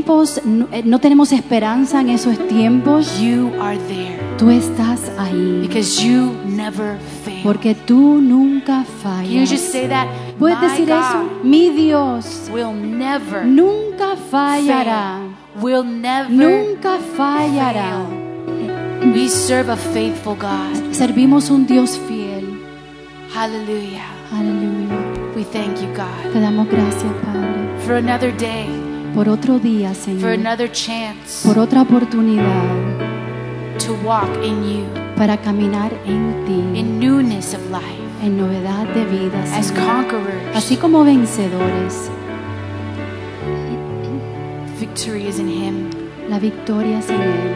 tiempos, no, eh, no tenemos esperanza en esos tiempos, you are there tú estás ahí. because you never fail. Porque tú nunca Can you just fallas. say that? ¿Puedes My decir eso? God Mi Dios Will never nunca fallará. fail. Will never. Nunca fallará. We serve a faithful God. Servimos un Dios fiel. Hallelujah. Aleluya. We thank you, God, Te damos gracias, Padre, for another day, por otro día, for Señor. another chance Por otra oportunidad to walk in you, para caminar en ti, in newness of life, en novedad de vida, as Señor. conquerors. Así como vencedores, Victory is in Him. la victoria es en Él.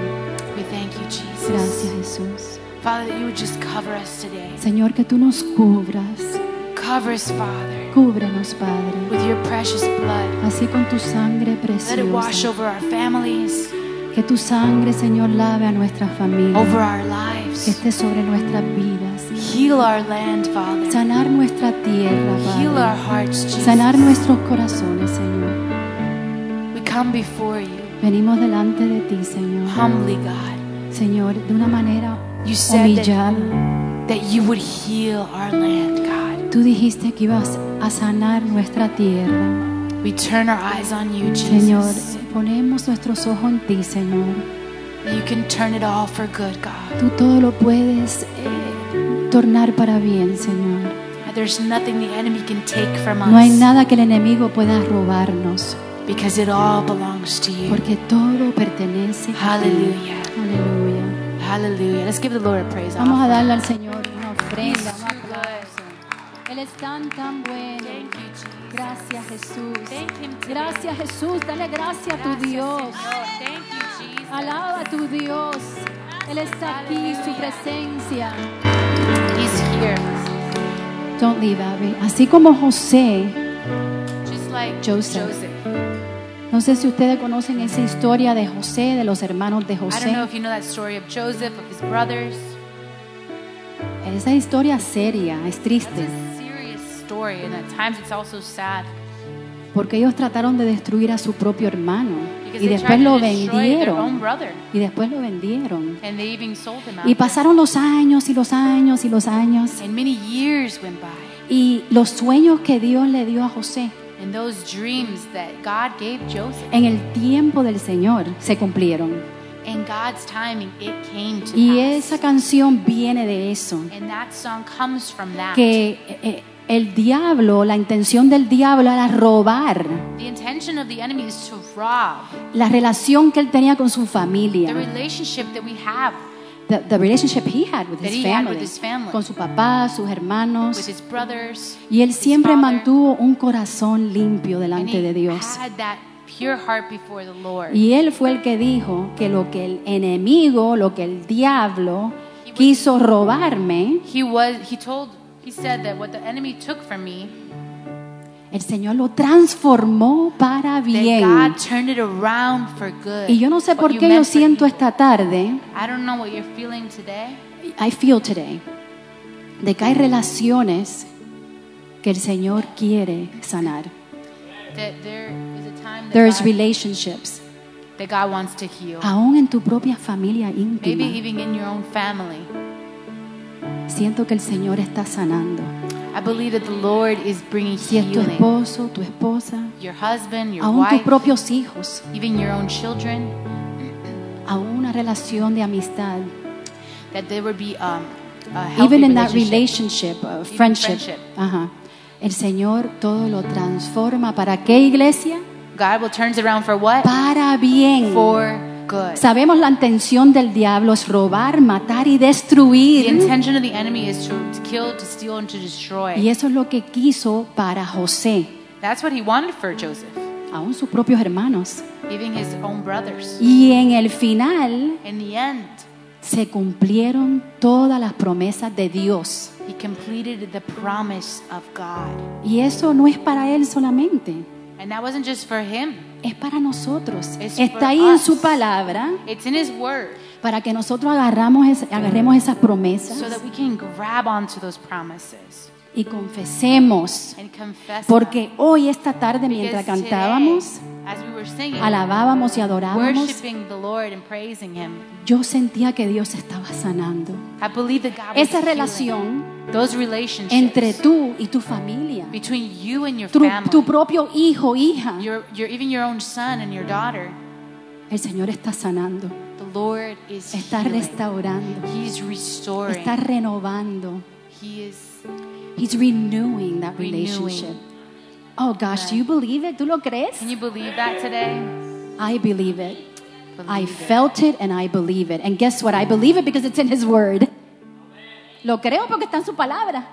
We thank you, Jesus. Gracias, Jesús. Father, that you would just cover us today. Señor, que tú nos cubras. Cover us, Father, Cúbrenos, Padre, with your precious blood. así con tu sangre Let it wash preciosa. over our families, Que tu sangre, Señor, lave a nuestras familias. over our Que lives. esté sobre nuestras vidas. Heal our land, Father. Sanar nuestra tierra, Heal our Padre. hearts, Sanar Jesus. nuestros corazones, Señor. We come before you, Venimos delante de ti, Señor. humbly, God. Señor, de una manera You said that, humillada. that you would heal our land, God. Tú dijiste que ibas a sanar nuestra tierra. We turn our eyes on you, Señor, Jesus. ponemos nuestros ojos en ti, Señor. You can turn it all for good, God. Tú todo lo puedes eh, tornar para bien, Señor. There's nothing the enemy can take from No hay us nada que el enemigo pueda robarnos, because it all belongs to you. porque todo pertenece a ti. Hallelujah. Aleluya. Hallelujah. Let's give the Lord a praise. Vamos a offering. darle al Señor una ofrenda, un aplauso. Él es tan, tan bueno. Thank you, Jesus. Gracias, Jesús. Thank him today. Gracias, Jesús. Dale gracias a tu Gracias, Dios. Señor. Oh, Thank you, Jesus. Alaba a tu Dios. Él está aquí, su presencia. He's here. Don't leave, Abby. Así como José, Just like Joseph. Joseph. no sé si ustedes conocen esa historia de José, de los hermanos de I don't know José. if you know that story of Joseph, of his brothers. Esa historia es seria, es It's triste. a serious story, and at times it's also sad Porque ellos trataron de destruir a su propio hermano because y they después tried lo to destroy their own vendieron. brother, Y después lo vendieron. and they even sold him out. Y pasaron los años y los años y los años. and many years went by, Y los sueños que Dios le dio a José and those dreams that God gave Joseph, en el tiempo del Señor se cumplieron. in God's timing, it came to Y pass. esa canción viene de eso. and that song comes from that. Que eh, eh, el diablo, la intención del diablo era robar the intention of the enemy is to rob la relación que él tenía con su the familia. relationship that we have The, the relationship he had with That his he had family, with his family. Con su papá, sus hermanos. with his brothers. Y él his siempre father, mantuvo un corazón limpio and delante he de Dios. had that pure heart before the Lord. Y él fue el que dijo que lo que el enemigo, lo que el diablo quiso robarme, He was. He told. He said that what the enemy took from me, el Señor lo transformó para that bien. God turned it around for good. Y yo no sé What por you qué meant yo for siento evil. esta tarde, I don't know what you're feeling today, I feel today, de que hay relaciones que el Señor quiere sanar. that there is a time that There's Ah, God, relationships, that God wants to heal. aún en tu propia familia Maybe íntima. even in your own family. Siento que el Señor está sanando. I believe that the Lord is bringing Si es tu healing. esposo, tu esposa, Your husband, your aún tus wife, propios hijos, even your own children, aún una relación de amistad, that there would be um, a healthy even in that relationship. relationship, uh, friendship, friendship. ajá, el Señor todo lo transforma para qué iglesia? God will turn it around for what? Para bien. For good. Sabemos la intención del diablo es robar, matar y The destruir. intention of the enemy is to, to kill, to steal, and to destroy. Y eso es lo que quiso para José, That's what he wanted for Joseph, aún sus propios hermanos. even his own brothers. Y en el final In the end, se cumplieron todas las promesas de Dios. he completed the promise of God. Y eso no es para él solamente. And that wasn't just for him, Es para nosotros. It's for Está ahí en us. su palabra it's in his word para que nosotros agarramos es- agarremos esas so that promesas we can grab onto those promises y confesemos. and confess. them. Porque hoy, esta tarde, mientras Because today, cantábamos, as we were singing, alabábamos y adorábamos, worshiping the Lord and praising Him, yo sentía que Dios estaba sanando. I believe that God was Esa healing relación those relationships entre tú y tu familia, between you and your tu, family, tu propio hijo, hija, your, your, even your own son and your daughter, el Señor está sanando, the Lord is está healing. restaurando, He's restoring. está renovando. he is He's renewing that Renewing. relationship. Oh gosh, do you believe it? ¿Tú lo crees? Can you believe that today? I believe it. Believe I it. felt it and I believe it. And guess what? I believe it because it's in His Word. Lo creo porque está en su palabra.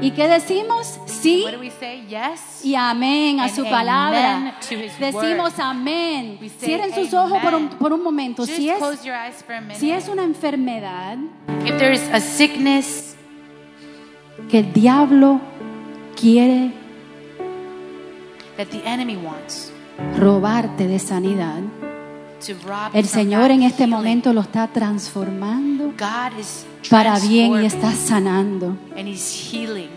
¿Y qué decimos? Sí What do we say? Yes. y amén a And su amen palabra. to His word. Decimos amén. We say Cierren sus ojos por un, amen. por un momento. Just Si es, close your eyes for a minute. si es una enfermedad if there is a sickness que el diablo quiere that the enemy wants robarte de sanidad, to rob el you from Señor that en este healing, momento lo está transformando God is para bien y transforming, está sanando, and He's healing.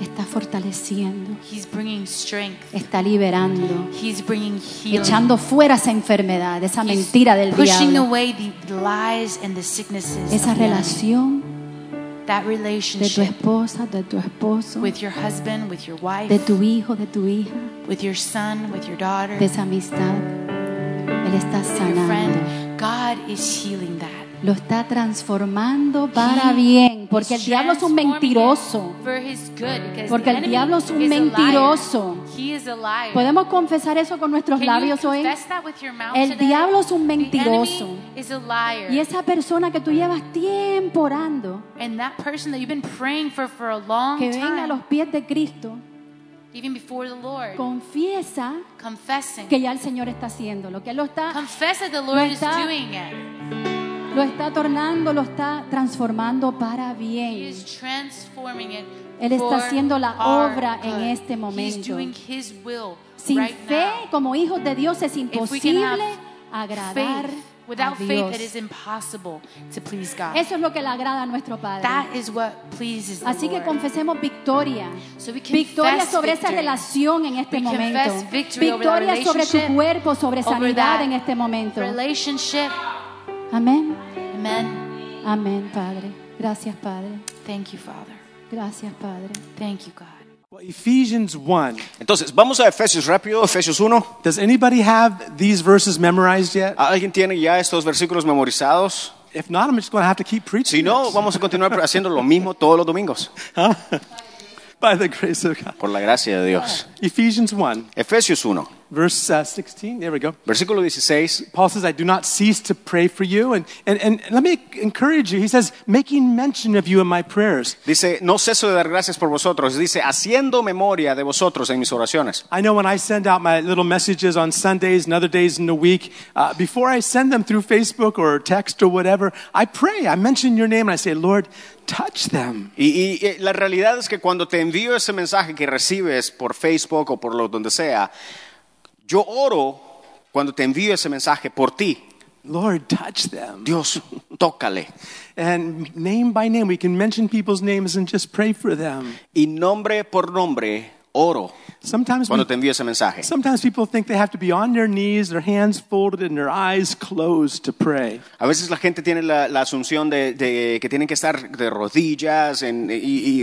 está fortaleciendo, He's bringing strength. está liberando, He's bringing healing. echando fuera esa enfermedad, esa He's mentira del pushing diablo, away the lies and the sicknesses. esa of the enemy. relación that de tu relationship esposa, de tu esposo, with your husband, with your wife, de tu hijo, de tu hija, with your son, with your daughter, de esa amistad. Él está your sanando, friend. God is healing that. lo está transformando para He bien, porque is el diablo es un transforming mentiroso. it For his good, because Porque the el enemy diablo es un is a liar. mentiroso. He is a liar. ¿Podemos confesar eso con nuestros Can you labios hoy? confess that with your mouth El today? diablo es un The mentiroso. enemy is a liar. Y esa persona que tú llevas tiempo orando, And that person that you've been praying for for a long que venga a time, los pies de Cristo, even before the Lord, confiesa confessing. que ya el Señor está haciéndolo, que Él lo está, Confess that the Lord is está- doing it. lo está tornando, lo está transformando para He bien. is transforming it. Él está for haciendo la our obra good. en este He's momento. doing his will Sin right fe, now. como hijos de Dios, es If we can have imposible agradar faith, a without faith, it is Dios. impossible to please God. Eso es lo que le agrada a nuestro Padre. That is what pleases the Así que Lord. confesemos victoria. So we confess Victoria sobre esa victory. relación en este We momento. confess victory over that Victoria sobre tu relationship, cuerpo, sobre over sanidad that en este momento. Relationship. Amén. Amen. Amén, Padre. Gracias, Padre. Thank you, Father. Gracias, Padre. Thank you, God. Well, Ephesians 1. Entonces, vamos a Efesios rápido, Efesios 1. Does anybody have these verses memorized yet? ¿Alguien tiene ya estos versículos memorizados? If not, I'm just going to have to keep preaching. Si no, this. vamos a continuar haciendo lo mismo todos los domingos. By the grace of God. Por la gracia de Dios. Ephesians 1, Efesios 1, verse uh, 16. There we go. versículo 16. Paul says, I do not cease to pray for you. And, and, and let me encourage you. He says, making mention of you in my prayers. Dice, no ceso de dar gracias por vosotros. Dice, haciendo memoria de vosotros en mis oraciones. I know when I send out my little messages on Sundays and other days in the week, uh, before I send them through Facebook or text or whatever, I pray. I mention your name and I say, Lord, touch them. Y, y, eh, la realidad es que cuando te envío ese mensaje que recibes por Facebook o por lo donde sea, yo oro cuando te envío ese mensaje por ti. Lord, touch them. Dios, tócale. And name by name, we can mention people's names and just pray for them. Y nombre por nombre, oro Sometimes, we- cuando te envío ese mensaje. sometimes people think they have to be on their knees, their hands folded, and their eyes closed to pray. A veces la gente tiene la, la asunción de, de que tienen que estar de rodillas en- y,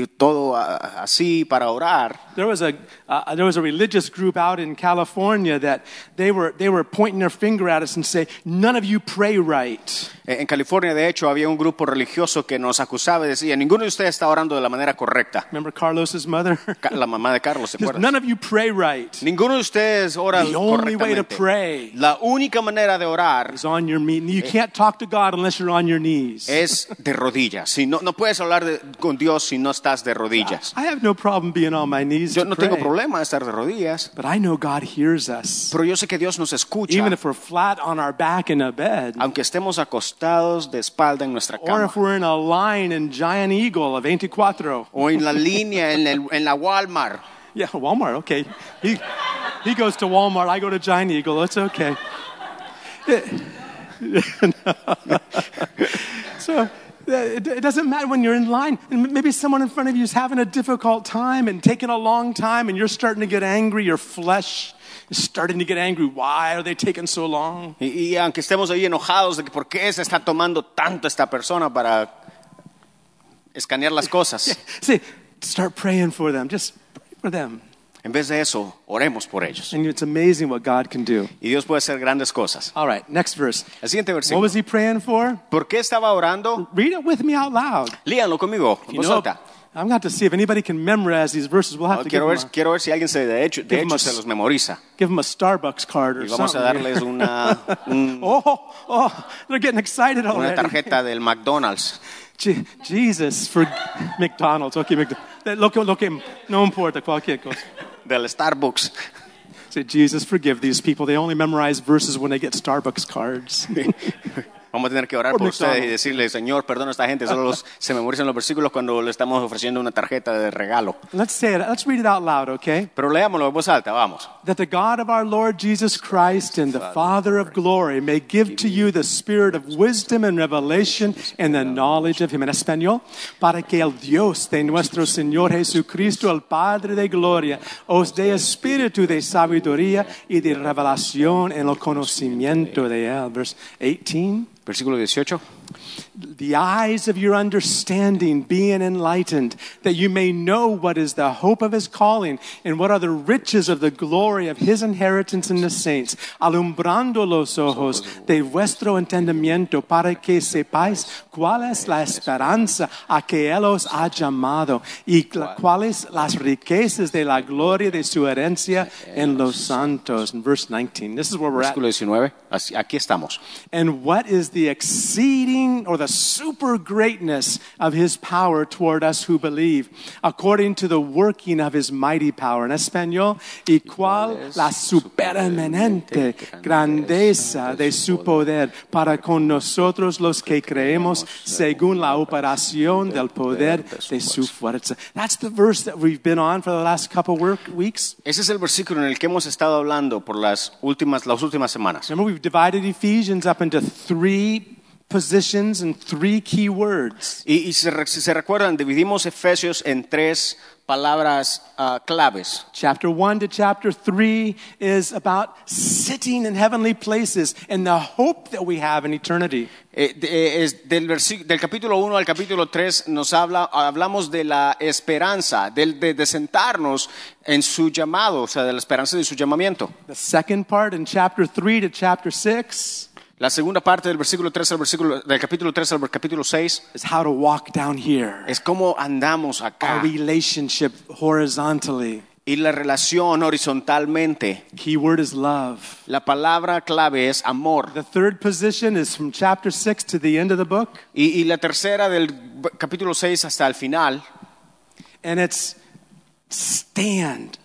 y todo a- así para orar. There was a uh, there was a religious group out in California that they were they were pointing their finger at us and say, "None of you pray right." Eh, En California, de hecho, había un grupo religioso que nos acusaba y decía, ninguno de ustedes está orando de la manera correcta. Remember Carlos's mother? Ca- La mamá de Carlos, ¿se acuerdan? None of you pray right. Ninguno de ustedes ora The only way to correctamente. pray. La única manera de orar Is on your knee. Eh. You can't talk to God unless you're on your knees. es de rodillas. Si no, no puedes hablar de- con Dios si no estás de rodillas. I have no problem being on my knees. Yo to no tengo pray, problema de estar de rodillas, But I know God hears us. pero yo sé que Dios nos escucha. Even if we're flat on our back in a bed, Aunque estemos acostados de espalda en nuestra or cama. if we're in a line in Giant Eagle of 24. o en la línea, en, el- en la Walmart. Yeah, Walmart, okay. He, he goes to Walmart, I go to Giant Eagle, it's okay. so uh, it, it doesn't matter when you're in line. And m- maybe someone in front of you is having a difficult time and taking a long time, and you're starting to get angry, your flesh starting to get angry. Why are they taking so long? Y, y aunque estemos ahí enojados de que por qué se está tomando tanto esta persona para escanear las cosas, Say, start praying for them. Just pray for them. en vez de eso, oremos por ellos. And it's amazing what God can do. Y Dios puede hacer grandes cosas. All right, next verse. El siguiente What versículo. was he praying for? ¿Por qué estaba orando? Read it with me out loud. Líanlo conmigo, en You voz know, alta. I'm going to have to see if anybody can memorize these verses. We'll have No, to give Oh, quiero, them, ver, a, quiero ver si alguien se de hecho, de Give 'em hecho a se s- los memoriza. give them a Starbucks card or Y vamos a something. darles una, un- oh, oh, they're getting excited una already. tarjeta del McDonald's. Je- Jesus, for McDonald's. Okay, McDonald's. Look, look, no importa cualquier cosa. del Starbucks. Say, Jesus, forgive these people. They only memorize verses when they get Starbucks cards. Vamos a tener que orar Por por ustedes y McDonald's. decirle, Señor, perdona a esta gente, solo los- se memorizan los versículos cuando le estamos ofreciendo una tarjeta de regalo. Let's say it. Let's read it out loud, okay? Pero leámoslo en voz alta, vamos. That the God of our Lord Jesus Christ and the Father of glory may give to you the spirit of wisdom and revelation and the knowledge of Him. En español, para que el Dios de nuestro Señor Jesucristo, el Padre de gloria, os dé espíritu de sabiduría y de revelación en el conocimiento de Él. Verse 18. Versículo 18. the eyes of your understanding being enlightened, that you may know what is the hope of his calling and what are the riches of the glory of his inheritance in the saints, alumbrando los ojos de vuestro entendimiento para que sepáis cuál es la esperanza a que él os ha llamado y cla- cuáles las riquezas de la gloria de su herencia en los santos. In verse 19, this is where we're at. Versículo 19. Así- Aquí estamos. And what is the exceeding or the super greatness of his power toward us who believe, according to the working of his mighty power? En español, y cuál la supereminente grandeza de su poder para con nosotros los que creemos según la operación del poder de su fuerza. That's the verse that we've been on for the last couple work weeks. Ese es el versículo en el que hemos estado hablando por las últimas, las últimas semanas. Remember, we've divided Ephesians up into three positions and three key words. Y, y se re- si se recuerdan, dividimos Efesios en tres palabras ah, claves. Chapter 1 to chapter 3 is about sitting in heavenly places and the hope that we have in eternity. Eh, de- eh, es del, versi- del capítulo 1 al capítulo 3 nos habla, hablamos de la esperanza, del, de, de sentarnos en su llamado, o sea, de la esperanza de su llamamiento. The second part in chapter 3 to chapter 6 La segunda parte del versículo 3 al versículo, del capítulo 3 al capítulo 6 is how to walk down here, es cómo andamos our acá relationship horizontally. y la relación horizontalmente. Key word is love. La palabra clave es amor. The third position is from chapter 6 to the end of the book. Y, y la tercera del capítulo 6 hasta el final And it's stand,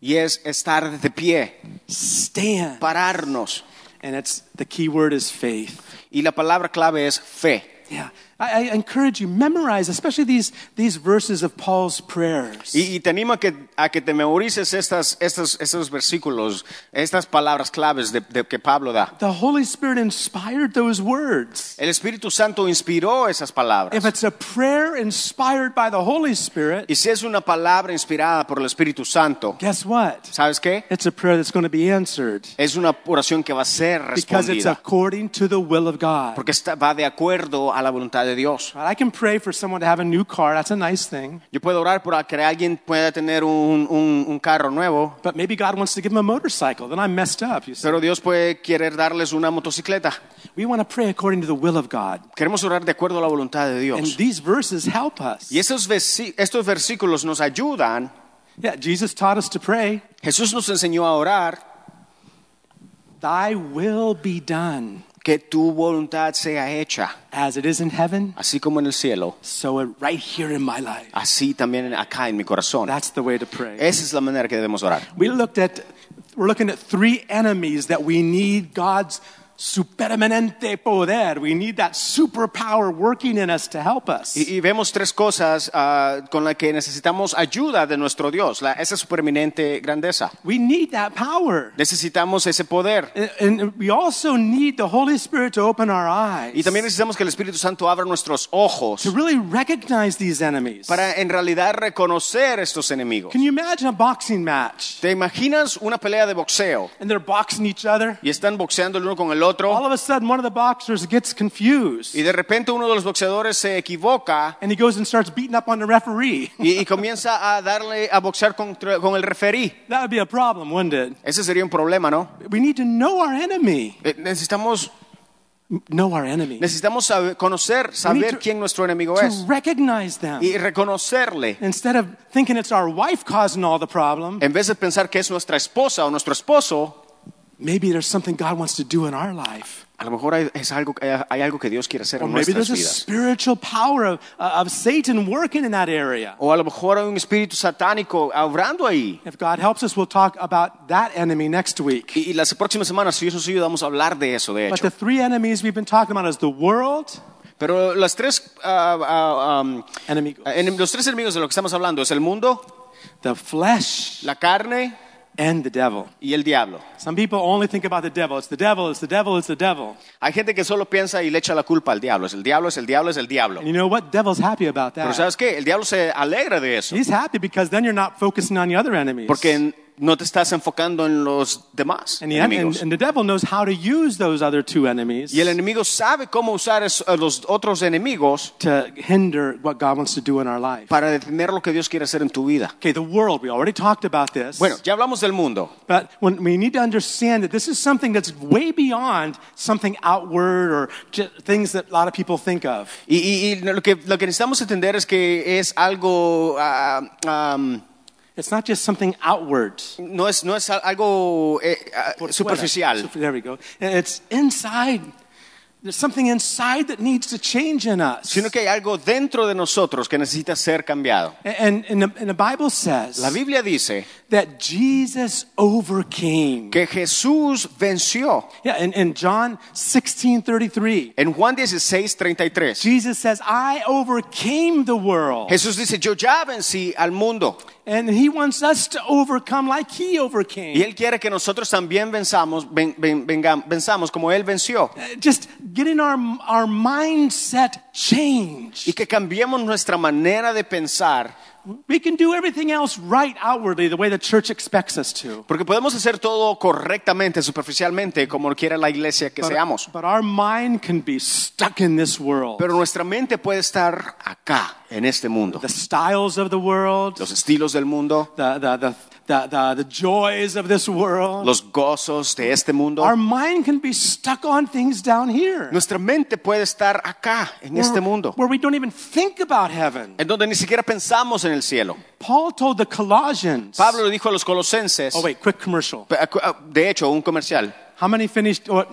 y es estar de pie, stand. pararnos. And it's the key word is faith. Y la palabra clave es fe. Yeah. I, I encourage you, memorize, especially these, these verses of Paul's prayers. Y, y te animo a que, a que te memorices estas, estas, estos versículos, estas palabras claves de, de que Pablo da. The Holy Spirit inspired those words. El Espíritu Santo inspiró esas palabras. If it's a prayer inspired by the Holy Spirit, Y si es una palabra inspirada por el Espíritu Santo, guess what? ¿sabes qué? It's a prayer that's going to be answered Es una oración que va a ser because it's respondida. according to the will of God. Porque está- va de acuerdo a la voluntad de Dios. Right, I can pray for someone to have a new car. That's a nice thing. Yo puedo orar por que alguien pueda tener un, un- un carro nuevo, But maybe God wants to give them a motorcycle. Then I'm messed up. You see? pero Dios puede querer darles una motocicleta. We want to pray according to the will of God. Queremos orar de acuerdo a la voluntad de And Dios. these verses help us. Y esos versi- estos versículos nos ayudan Yeah, Jesus taught us to pray, Jesús nos enseñó a orar Thy will be done que tu voluntad sea hecha, as it is in heaven, así como en el cielo, so it right here in my life. así también acá en mi corazón. That's the way to pray. Esa es la manera que debemos orar. We looked at we're looking at three enemies that we need God's supereminente poder. We need that superpower working in us to help us. Y, y vemos tres cosas ah, con las que necesitamos ayuda de nuestro Dios, la- esa supereminente grandeza. We need that power. Necesitamos ese poder. And- And we also need the Holy Spirit to open our eyes. Y también necesitamos que el Espíritu Santo abra nuestros ojos to really recognize these enemies. para en realidad reconocer estos enemigos. Can you imagine a boxing match? ¿Te imaginas una pelea de boxeo And they're boxing each other. y están boxeando el uno con el All otro of a sudden, one of the boxers gets confused. y de repente uno de los boxeadores se equivoca And he goes and starts beating up on the referee. y, y comienza a darle a boxear contra- con el referí? That would be a problem, wouldn't it? Ese sería un problema, ¿no? We need to know our enemy. Eh, Necesitamos, Know our enemy. necesitamos saber- conocer, saber quién nuestro enemigo To es recognize them. y reconocerle. Instead of thinking it's our wife causing all the problem, En vez de pensar que es nuestra esposa o nuestro esposo, maybe there's something God wants to do in our life. a lo mejor hay, es algo, eh, hay algo que Dios quiere hacer Or en maybe nuestras there's a vidas. spiritual power of, uh, of Satan working in that area. O a lo mejor hay un espíritu satánico obrando ahí. If God helps us, we'll talk about that enemy next week. Y, y las próximas semanas, si Dios nos ayuda, vamos a hablar de eso, de But hecho. the three enemies we've been talking about is the world, Pero las tres, ah, ah, um, enemigos, en- los tres enemigos de lo que estamos hablando es el mundo, the flesh, la carne and the devil. y el diablo. Some people only think about the devil. It's the devil, it's the devil, it's the devil. Hay gente que solo piensa y le echa la culpa al diablo. Es el diablo, es el diablo, es el diablo. And you know what? Devil's happy about Pero that. ¿sabes qué? El diablo se alegra de eso. He's happy because then you're not focusing on the other enemies. Porque n- no te estás enfocando en los demás And the, en- and, enemigos. and the devil knows how to use those other two enemies Y el enemigo sabe cómo usar es- a los otros enemigos to hinder what God wants to do in our life. para detener lo que Dios quiere hacer en tu vida. Okay, the world, we already talked about this. Bueno, ya hablamos del mundo. But when we need to understand that this is something that's way beyond something outward or ju- things that a lot of people think of. Y, y- y lo, que, lo que necesitamos entender es que es algo, ah, am, It's not just something outward. no, es, no es al- algo eh, ah, superficial, Super- There we go. And It's inside. There's something inside that needs to change in us. sino que hay algo dentro de nosotros que necesita ser cambiado. and, and, the, and the Bible says La Biblia dice that Jesus overcame. que Jesús venció. Yeah, in, in John 16 33, En Juan 16, 33, Jesus says, I overcame the world. Jesús dice, yo ya vencí al mundo. And he wants us to overcome like he overcame. Y Él quiere que nosotros también venzamos, ven- ven- venga- venzamos como Él venció. Just getting our, our mindset Y changed. que cambiemos nuestra manera de pensar We can do everything else right outwardly the way the church expects us to. Porque podemos hacer todo correctamente, superficialmente, como quiera la iglesia que seamos. but our mind can be stuck in this world. Pero nuestra mente puede estar acá, en este mundo. the styles of the world, Los estilos del mundo, the, the, the, the, the, the joys of this world. los gozos de este mundo. Our mind can be stuck on things down here. Nuestra mente puede estar acá, en este mundo, Where we don't even think about heaven. en donde ni siquiera pensamos en el cielo. Paul told the Colossians. Pablo le dijo a los colosenses, Oh, wait, quick commercial. pe- acu- ah, de hecho, un comercial. How many finished, or,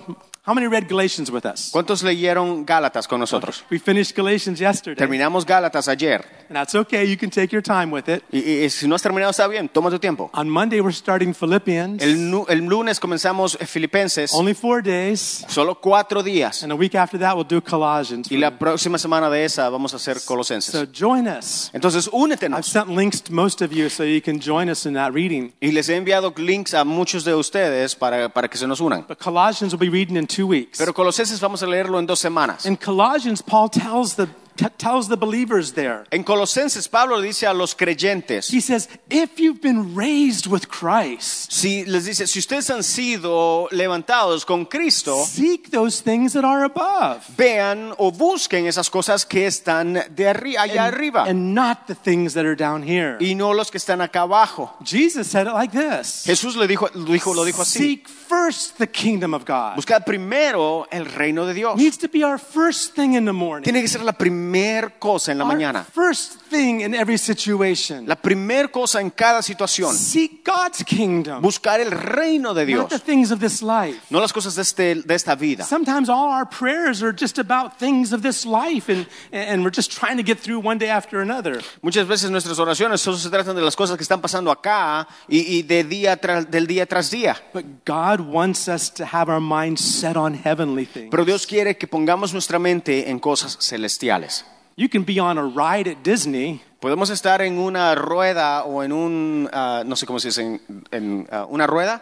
how many read Galatians with us? ¿Cuántos leyeron Gálatas con nosotros? We finished Galatians yesterday. Terminamos Gálatas ayer. And that's okay. You can take your time with it. Y, y- y si no has terminado, está bien, toma tu tiempo. On Monday, we're starting Philippians. El, nu- el lunes comenzamos eh, Filipenses, Only four days. solo cuatro días. And a week after that, we'll do Colossians. Y la próxima semana de esa vamos a hacer So Colosenses. join us. Entonces, I've únetenos. sent links to most of you so you can join us in that reading. Y les he enviado links a muchos de ustedes para, para que se nos unan. But Colossians will be reading in two weeks. Pero Colosenses vamos a leerlo en dos semanas. In Colossians, Paul tells the, t- tells the believers there, En Colosenses, Pablo le dice a los creyentes, he says, if you've been raised with Christ, si, les dice, si ustedes han sido levantados con Cristo, seek those things that are above vean o busquen esas cosas que están de arri- allá arriba and not the things that are down here. y no los que están acá abajo. Jesus said it like this. Jesús le dijo, lo, dijo, lo dijo así. Seek first the kingdom of God. Buscad primero el reino de Dios. Needs to be our first thing in the morning. Tiene que ser la primer cosa en la Our mañana. first thing in every situation. La primer cosa en cada situación. Seek God's kingdom, Buscar el reino de Dios. not the things of this life. No las cosas de, este- de esta vida. Sometimes all our prayers are just about things of this life, and, and we're just trying to get through one day after another. Muchas veces nuestras oraciones solo se tratan de las cosas que están pasando acá y, y de día tras- del día tras día. But God wants us to have our mind set on heavenly things. Pero Dios quiere que pongamos nuestra mente en cosas celestiales. You can be on a ride at Disney, Podemos estar en una rueda o en un, ah, no sé cómo se dice, en, en, ah, una rueda.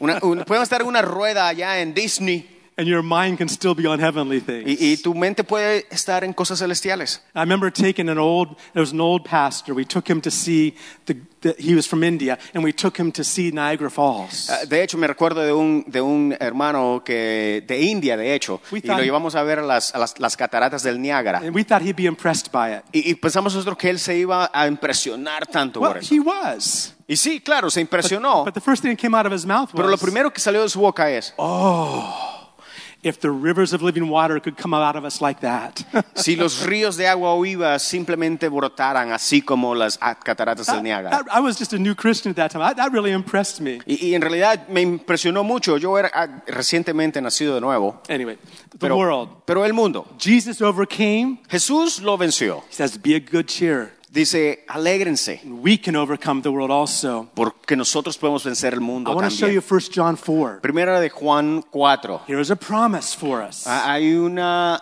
Una- un- podemos estar en una rueda allá en Disney and your mind can still be on heavenly things. y, y tu mente puede estar en cosas celestiales. I remember taking an old, there was an old pastor. We took him to see, the, the, he was from India, and we took him to see Niagara Falls. Ah, De hecho, me recuerdo de un, de un hermano que, de India, de hecho, We y thought- lo llevamos a ver a las, a las- las cataratas del Niágara. and we thought he'd be impressed by it. Y, y pensamos nosotros que él se iba a impresionar tanto Well, por eso. he was. Y sí, claro, se But, impresionó. but the first thing that came out of his mouth pero lo was, primero que salió de su boca es, if the rivers of living water could come out of us like that. si los ríos de agua viva simplemente brotaran así como las ah, cataratas del Niágara. I, I was just a new Christian at that time. I, that really impressed me. Y, y en realidad me impresionó mucho. Yo era ah, recientemente nacido de nuevo. Anyway, the Pero, world. pero el mundo. Jesus overcame. Jesús lo venció. He says, be of good cheer. Dice, alégrense, We can overcome the world also. porque nosotros podemos vencer el I mundo want to show you también. 1 John 4. Primera de Juan 4. Here is a promise for us. Ah, Hay una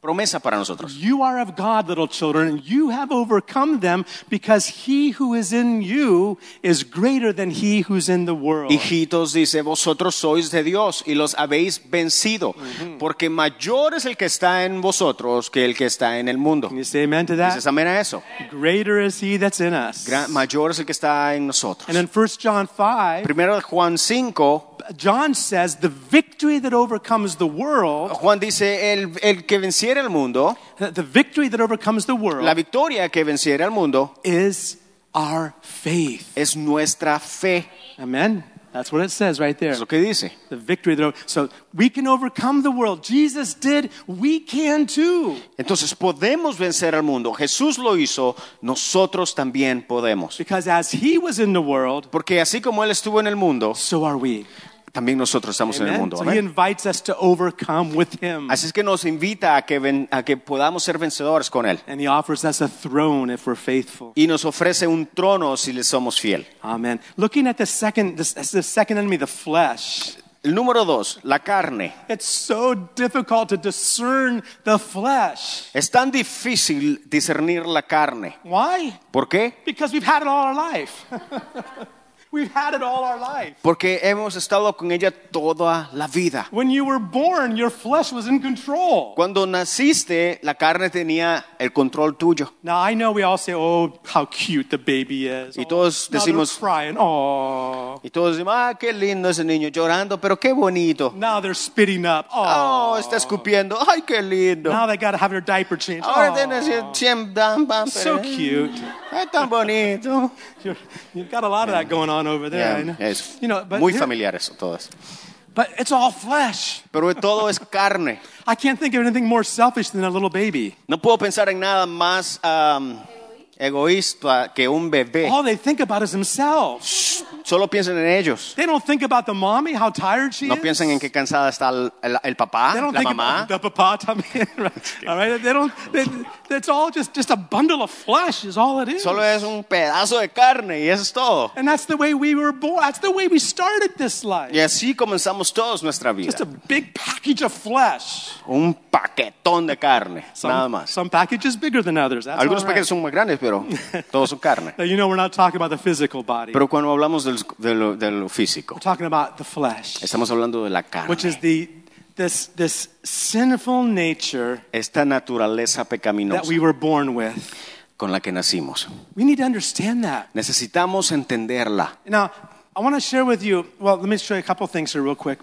promesa para nosotros. You are of God, little children, and you have overcome them because he who is in you is greater than he who's in the world. Hijitos, dice, vosotros sois de Dios y los habéis vencido, porque mayor es el que está en vosotros que el que está en el mundo. Can you say amen to Dices that? amén a eso. Greater is he that's in us. Gran- mayor es el que está en nosotros. And in 1 John 5, Primero de Juan 5, John says, The victory that overcomes the world, Juan dice, el, el que venciera el mundo, the victory that overcomes the la world victoria que venciera el mundo is our faith. es nuestra fe. Amen? That's what it says right there. Es lo que dice. The victory that. over- So we can overcome the world. Jesus did. We can too. Entonces podemos vencer al mundo. Jesús lo hizo, nosotros también podemos. Because as he was in the world, Porque así como Él estuvo en el mundo, so are we. también nosotros estamos en el Amen? mundo. So Amén. he invites us to overcome with him. Así es que nos invita a que, ven- a que podamos ser vencedores con Él. And he offers us a throne if we're faithful. Y nos ofrece un trono si le somos fiel. Amen. Looking at the second, this, this- the second enemy, the flesh. El número dos, la carne. It's so difficult to discern the flesh. Es tan difícil discernir la carne. Why? ¿Por qué? Because we've had it all our life. we've had it all our life. Porque hemos estado con ella toda la vida. When you were born, your flesh was in control. Cuando naciste, la carne tenía el control tuyo. Now I know we all say, "Oh, how cute the baby is." Y Oh, todos now decimos- they're crying. Oh, Y todos decimos, ah, qué lindo ese niño llorando, pero qué bonito. now they're spitting up. Oh, Oh, está escupiendo. Ay, qué lindo. now they got to have their diaper changed. Ahora Oh, tienes el chem- dam- bam- so cute. Ay, tan bonito. You're, you've got a lot of that going on over there. I Yeah, know. es You know, but muy here- familiar eso, todo eso. But it's all flesh. Pero todo es carne. I can't think of anything more selfish than a little baby. No puedo pensar en nada más am, egoísta que un bebé. All they think about is themselves. Solo piensen en ellos. They don't think about the mommy, how tired she No is. piensen en qué cansada está el, el- el papá, They don't la think mamá. about the papa también. right? All right, they don't. They, that's all just just a bundle of flesh is all it is. Solo es un pedazo de carne y eso es todo. And that's the way we were born. That's the way we started this life. Y así comenzamos todos nuestra vida. Just a big package of flesh. Un paquetón de carne, nada más. some packages bigger than others. That's Algunos all right. paquetes son más grandes, pero todos son carne. Now, you know, we're not talking about the physical body. Pero cuando hablamos del- de lo, de lo físico, we're talking about the flesh, estamos hablando de la which carne. is the this this sinful nature Esta naturaleza that pecaminosa we were born with. con la que nacimos. We need to understand that. Necesitamos entenderla. Now, I want to share with you. Well, let me show you a couple things here, real quick.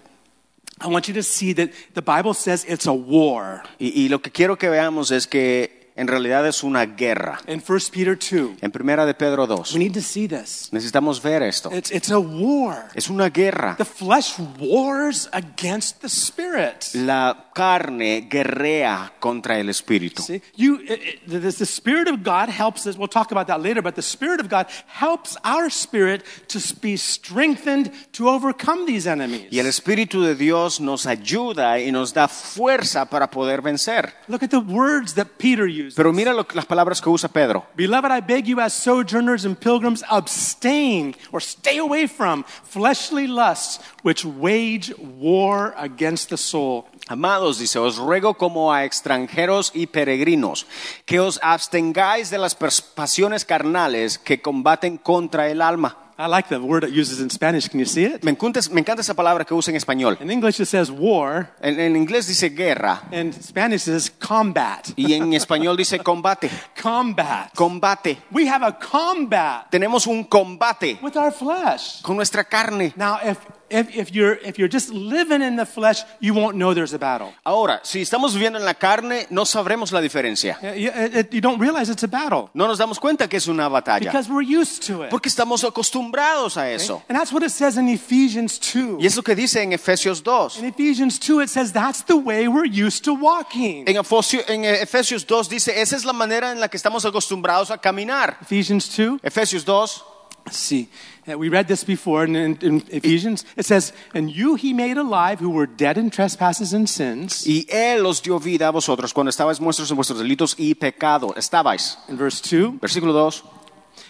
I want you to see that the Bible says it's a war. Y, y lo que quiero que veamos es que en realidad es una guerra. In 1 Peter 2, En primera de Pedro 2, we need to see this. necesitamos ver esto. It's, it's a war. Es una guerra. The flesh wars against the spirit. La carne guerrea contra el espíritu. See, you, it, it, the, the Spirit of God helps us. We'll talk about that later, but the Spirit of God helps our spirit to be strengthened to overcome these enemies. Y el espíritu de Dios nos ayuda y nos da fuerza para poder vencer. Look at the words that Peter used. Pero mira lo que- las palabras que usa Pedro. Beloved, I beg you as sojourners and pilgrims, abstain or stay away from fleshly lusts which wage war against the soul. Amados, dice, os ruego como a extranjeros y peregrinos, que os abstengáis de las pers- pasiones carnales que combaten contra el alma. I like the word it uses in Spanish. Can you see it? Me encanta, me encanta esa palabra que usa en español. In English, it says war. En, en inglés dice guerra In Spanish, it says combat. y en español dice combate. Combat. Combate. we have a combat Tenemos un combate with our flesh. con nuestra carne. Now, if, if, if, you're, if you're just living in the flesh, you won't know there's a battle. Ahora, si estamos viviendo en la carne, no sabremos la diferencia. Yeah, You it- it- you don't realize it's a battle No nos damos cuenta que es una batalla. because we're used to it. Porque estamos acostumbrados a eso. And that's what it says in Ephesians 2. Y es lo que dice en Efesios 2. In Ephesians 2, it says that's the way we're used to walking. En, Efosio- en Efesios 2 dice, esa es la manera en la que estamos acostumbrados a caminar. Ephesians 2, Efesios 2, let's see, Uh, we read this before in, in, in Ephesians. It says, And you he made alive who were dead in trespasses and sins. y Él os dio vida a vosotros cuando estabais muertos en vuestros delitos y pecado. Estabais. In verse 2, Versículo 2.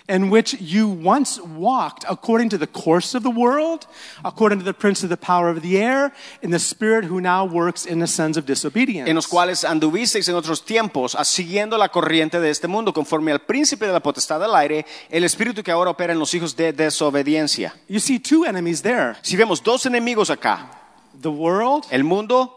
in which you once walked according to the course of the world, according to the prince of the power of the air, in the spirit who now works in the sons of disobedience. En los cuales anduvisteis en otros tiempos, as- siguiendo la corriente de este mundo, conforme al príncipe de la potestad del aire, el espíritu que ahora opera en los hijos de desobediencia. You see two enemies there Si vemos dos enemigos acá, the world, el mundo,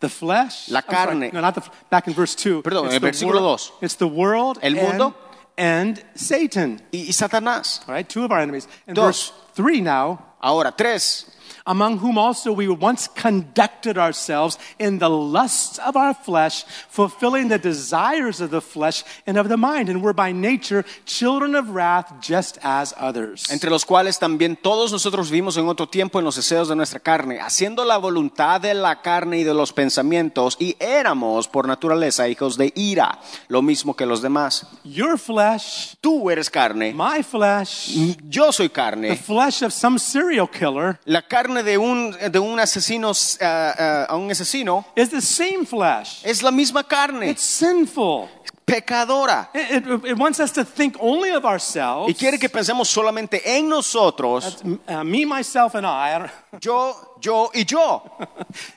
the flesh. La I'm sorry, carne. no, not the, back in verse 2. Perdón, it's, el the versículo world- dos. it's the world El mundo. And, and Satan. y, y Satanás. All right, two of our enemies. In Dos. verse 3 now. Ahora, tres, among whom also we once conducted ourselves in the lusts of our flesh, fulfilling the desires of the flesh and of the mind, and were by nature children of wrath just as others. entre los cuales también todos nosotros vivimos en otro tiempo en los deseos de nuestra carne, haciendo la voluntad de la carne y de los pensamientos, y éramos por naturaleza hijos de ira, lo mismo que los demás. Your flesh, Tú eres carne, my flesh, yo soy the carne, flesh of some serial killer la carne de un, de un asesino eh, eh, a un asesino is the same flesh. es la misma carne, It's sinful. pecadora, It, it, it wants us to think only of y ourselves. quiere que pensemos solamente en nosotros, That's, uh, me, myself, and I. I don't- yo, yo y yo.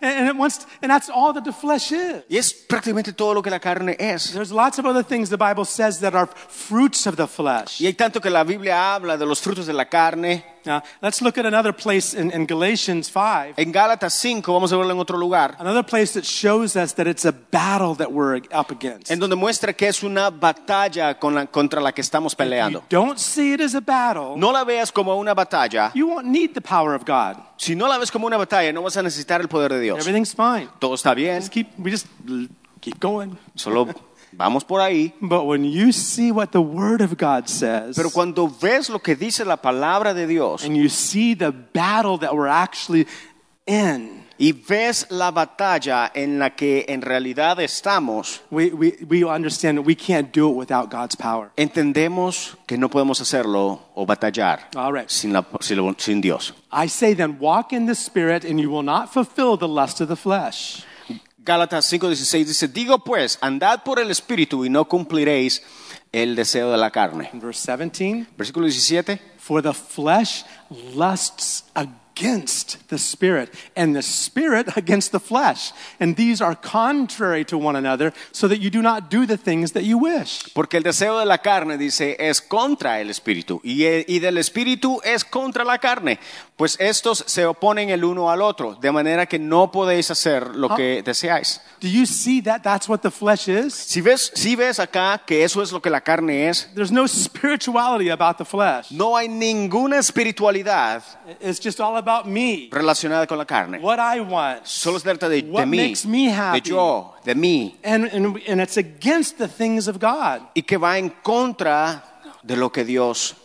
and, it wants, and that's all that the flesh is. Y es prácticamente todo lo que la carne es. There's lots of other things the Bible says that are fruits of the flesh. Y hay tanto que la Biblia habla de los frutos de la carne, Now, let's look at another place in, in Galatians 5, En Gálatas 5, vamos a verlo en otro lugar, another place that shows us that it's a battle that we're up against. en donde muestra que es una batalla con la- contra la que estamos If you peleando. don't see it as a battle, No la veas como una batalla. you won't need the power of God. Si no la ves como una batalla, no vas a necesitar el poder de Dios. Everything's fine. Todo está bien, Just keep, we just l- keep going. solo vamos por ahí. But when you see what the Word of God says, Pero cuando ves lo que dice la palabra de Dios and you see the battle that we're actually in, y ves la batalla en la que en realidad estamos, we, we, we understand that we can't do it without God's power. entendemos que no podemos hacerlo o batallar All right. sin, la- sin- sin Dios. I say then, walk in the Spirit, and you will not fulfill the lust of the flesh. Gálatas 5:16 dice, digo pues, andad por el Espíritu y no cumpliréis el deseo de la carne. In verse 17, Versículo 17, for the flesh lusts against the Spirit, and the Spirit against the flesh. And these are contrary to one another, so that you do not do the things that you wish. porque el deseo de la carne, dice, es contra el Espíritu y, e- y del Espíritu es contra la carne, pues estos se oponen el uno al otro, de manera que no podéis hacer Ah. lo que deseáis. Do you see that that's what the flesh is? Si ves, si ves acá que eso es lo que la carne es, There's no spirituality about the flesh. no hay ninguna espiritualidad, It's just all about me, relacionada con la carne. what I want. Solo se trata de, de What mí, makes me de happy. yo, de mí. And, and, and it's against the things of God. Y que va en contra de lo que Dios,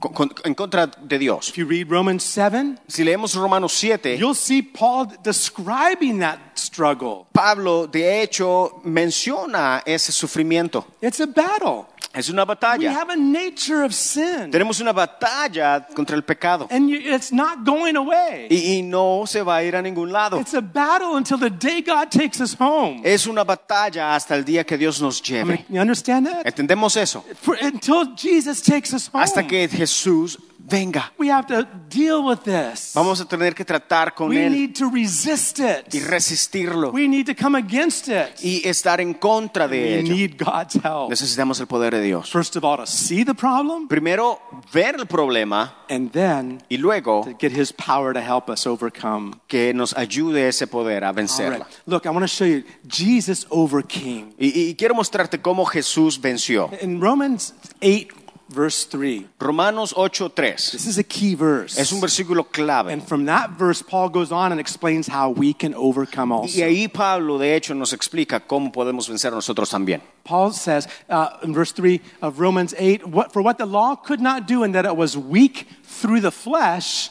con- con- en contra de Dios. If you read Romans 7, Si leemos Romanos 7, you'll see Paul describing that struggle. Pablo, de hecho, menciona ese sufrimiento. It's a battle. Es una We batalla. have a nature of sin, Tenemos una batalla contra el pecado. and you, it's not going away. Y, y no se va a ir a ningún lado. It's a battle until the day God takes us home. Es una batalla hasta el día que Dios nos I mean, lleve. you understand that? Entendemos eso. For, until Jesus takes us home, Hasta que Jesús venga. we have to deal with this. Vamos a tener que tratar con We Él need to resist it. y resistirlo We need to come against it. y estar en contra de We ello. need God's help. Necesitamos el poder de Dios. First of all, to see the problem, Primero, ver el problema and then y to luego get His power to help us overcome. que nos ayude ese poder a All right. vencerla. Look, I want to show you Jesus overcame. Y, y quiero mostrarte cómo Jesús venció. In Romans 8, verse 3, Romanos 8:3 this is a key verse. es un versículo clave. And from that verse, Paul goes on and explains how we can overcome Y also. ahí Pablo, de hecho, nos explica cómo podemos vencer nosotros también. Paul says uh, in verse 3 of Romans 8, what, For what the law could not do, in that it was weak through the flesh,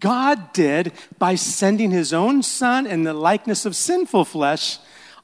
God did by sending his own Son in the likeness of sinful flesh.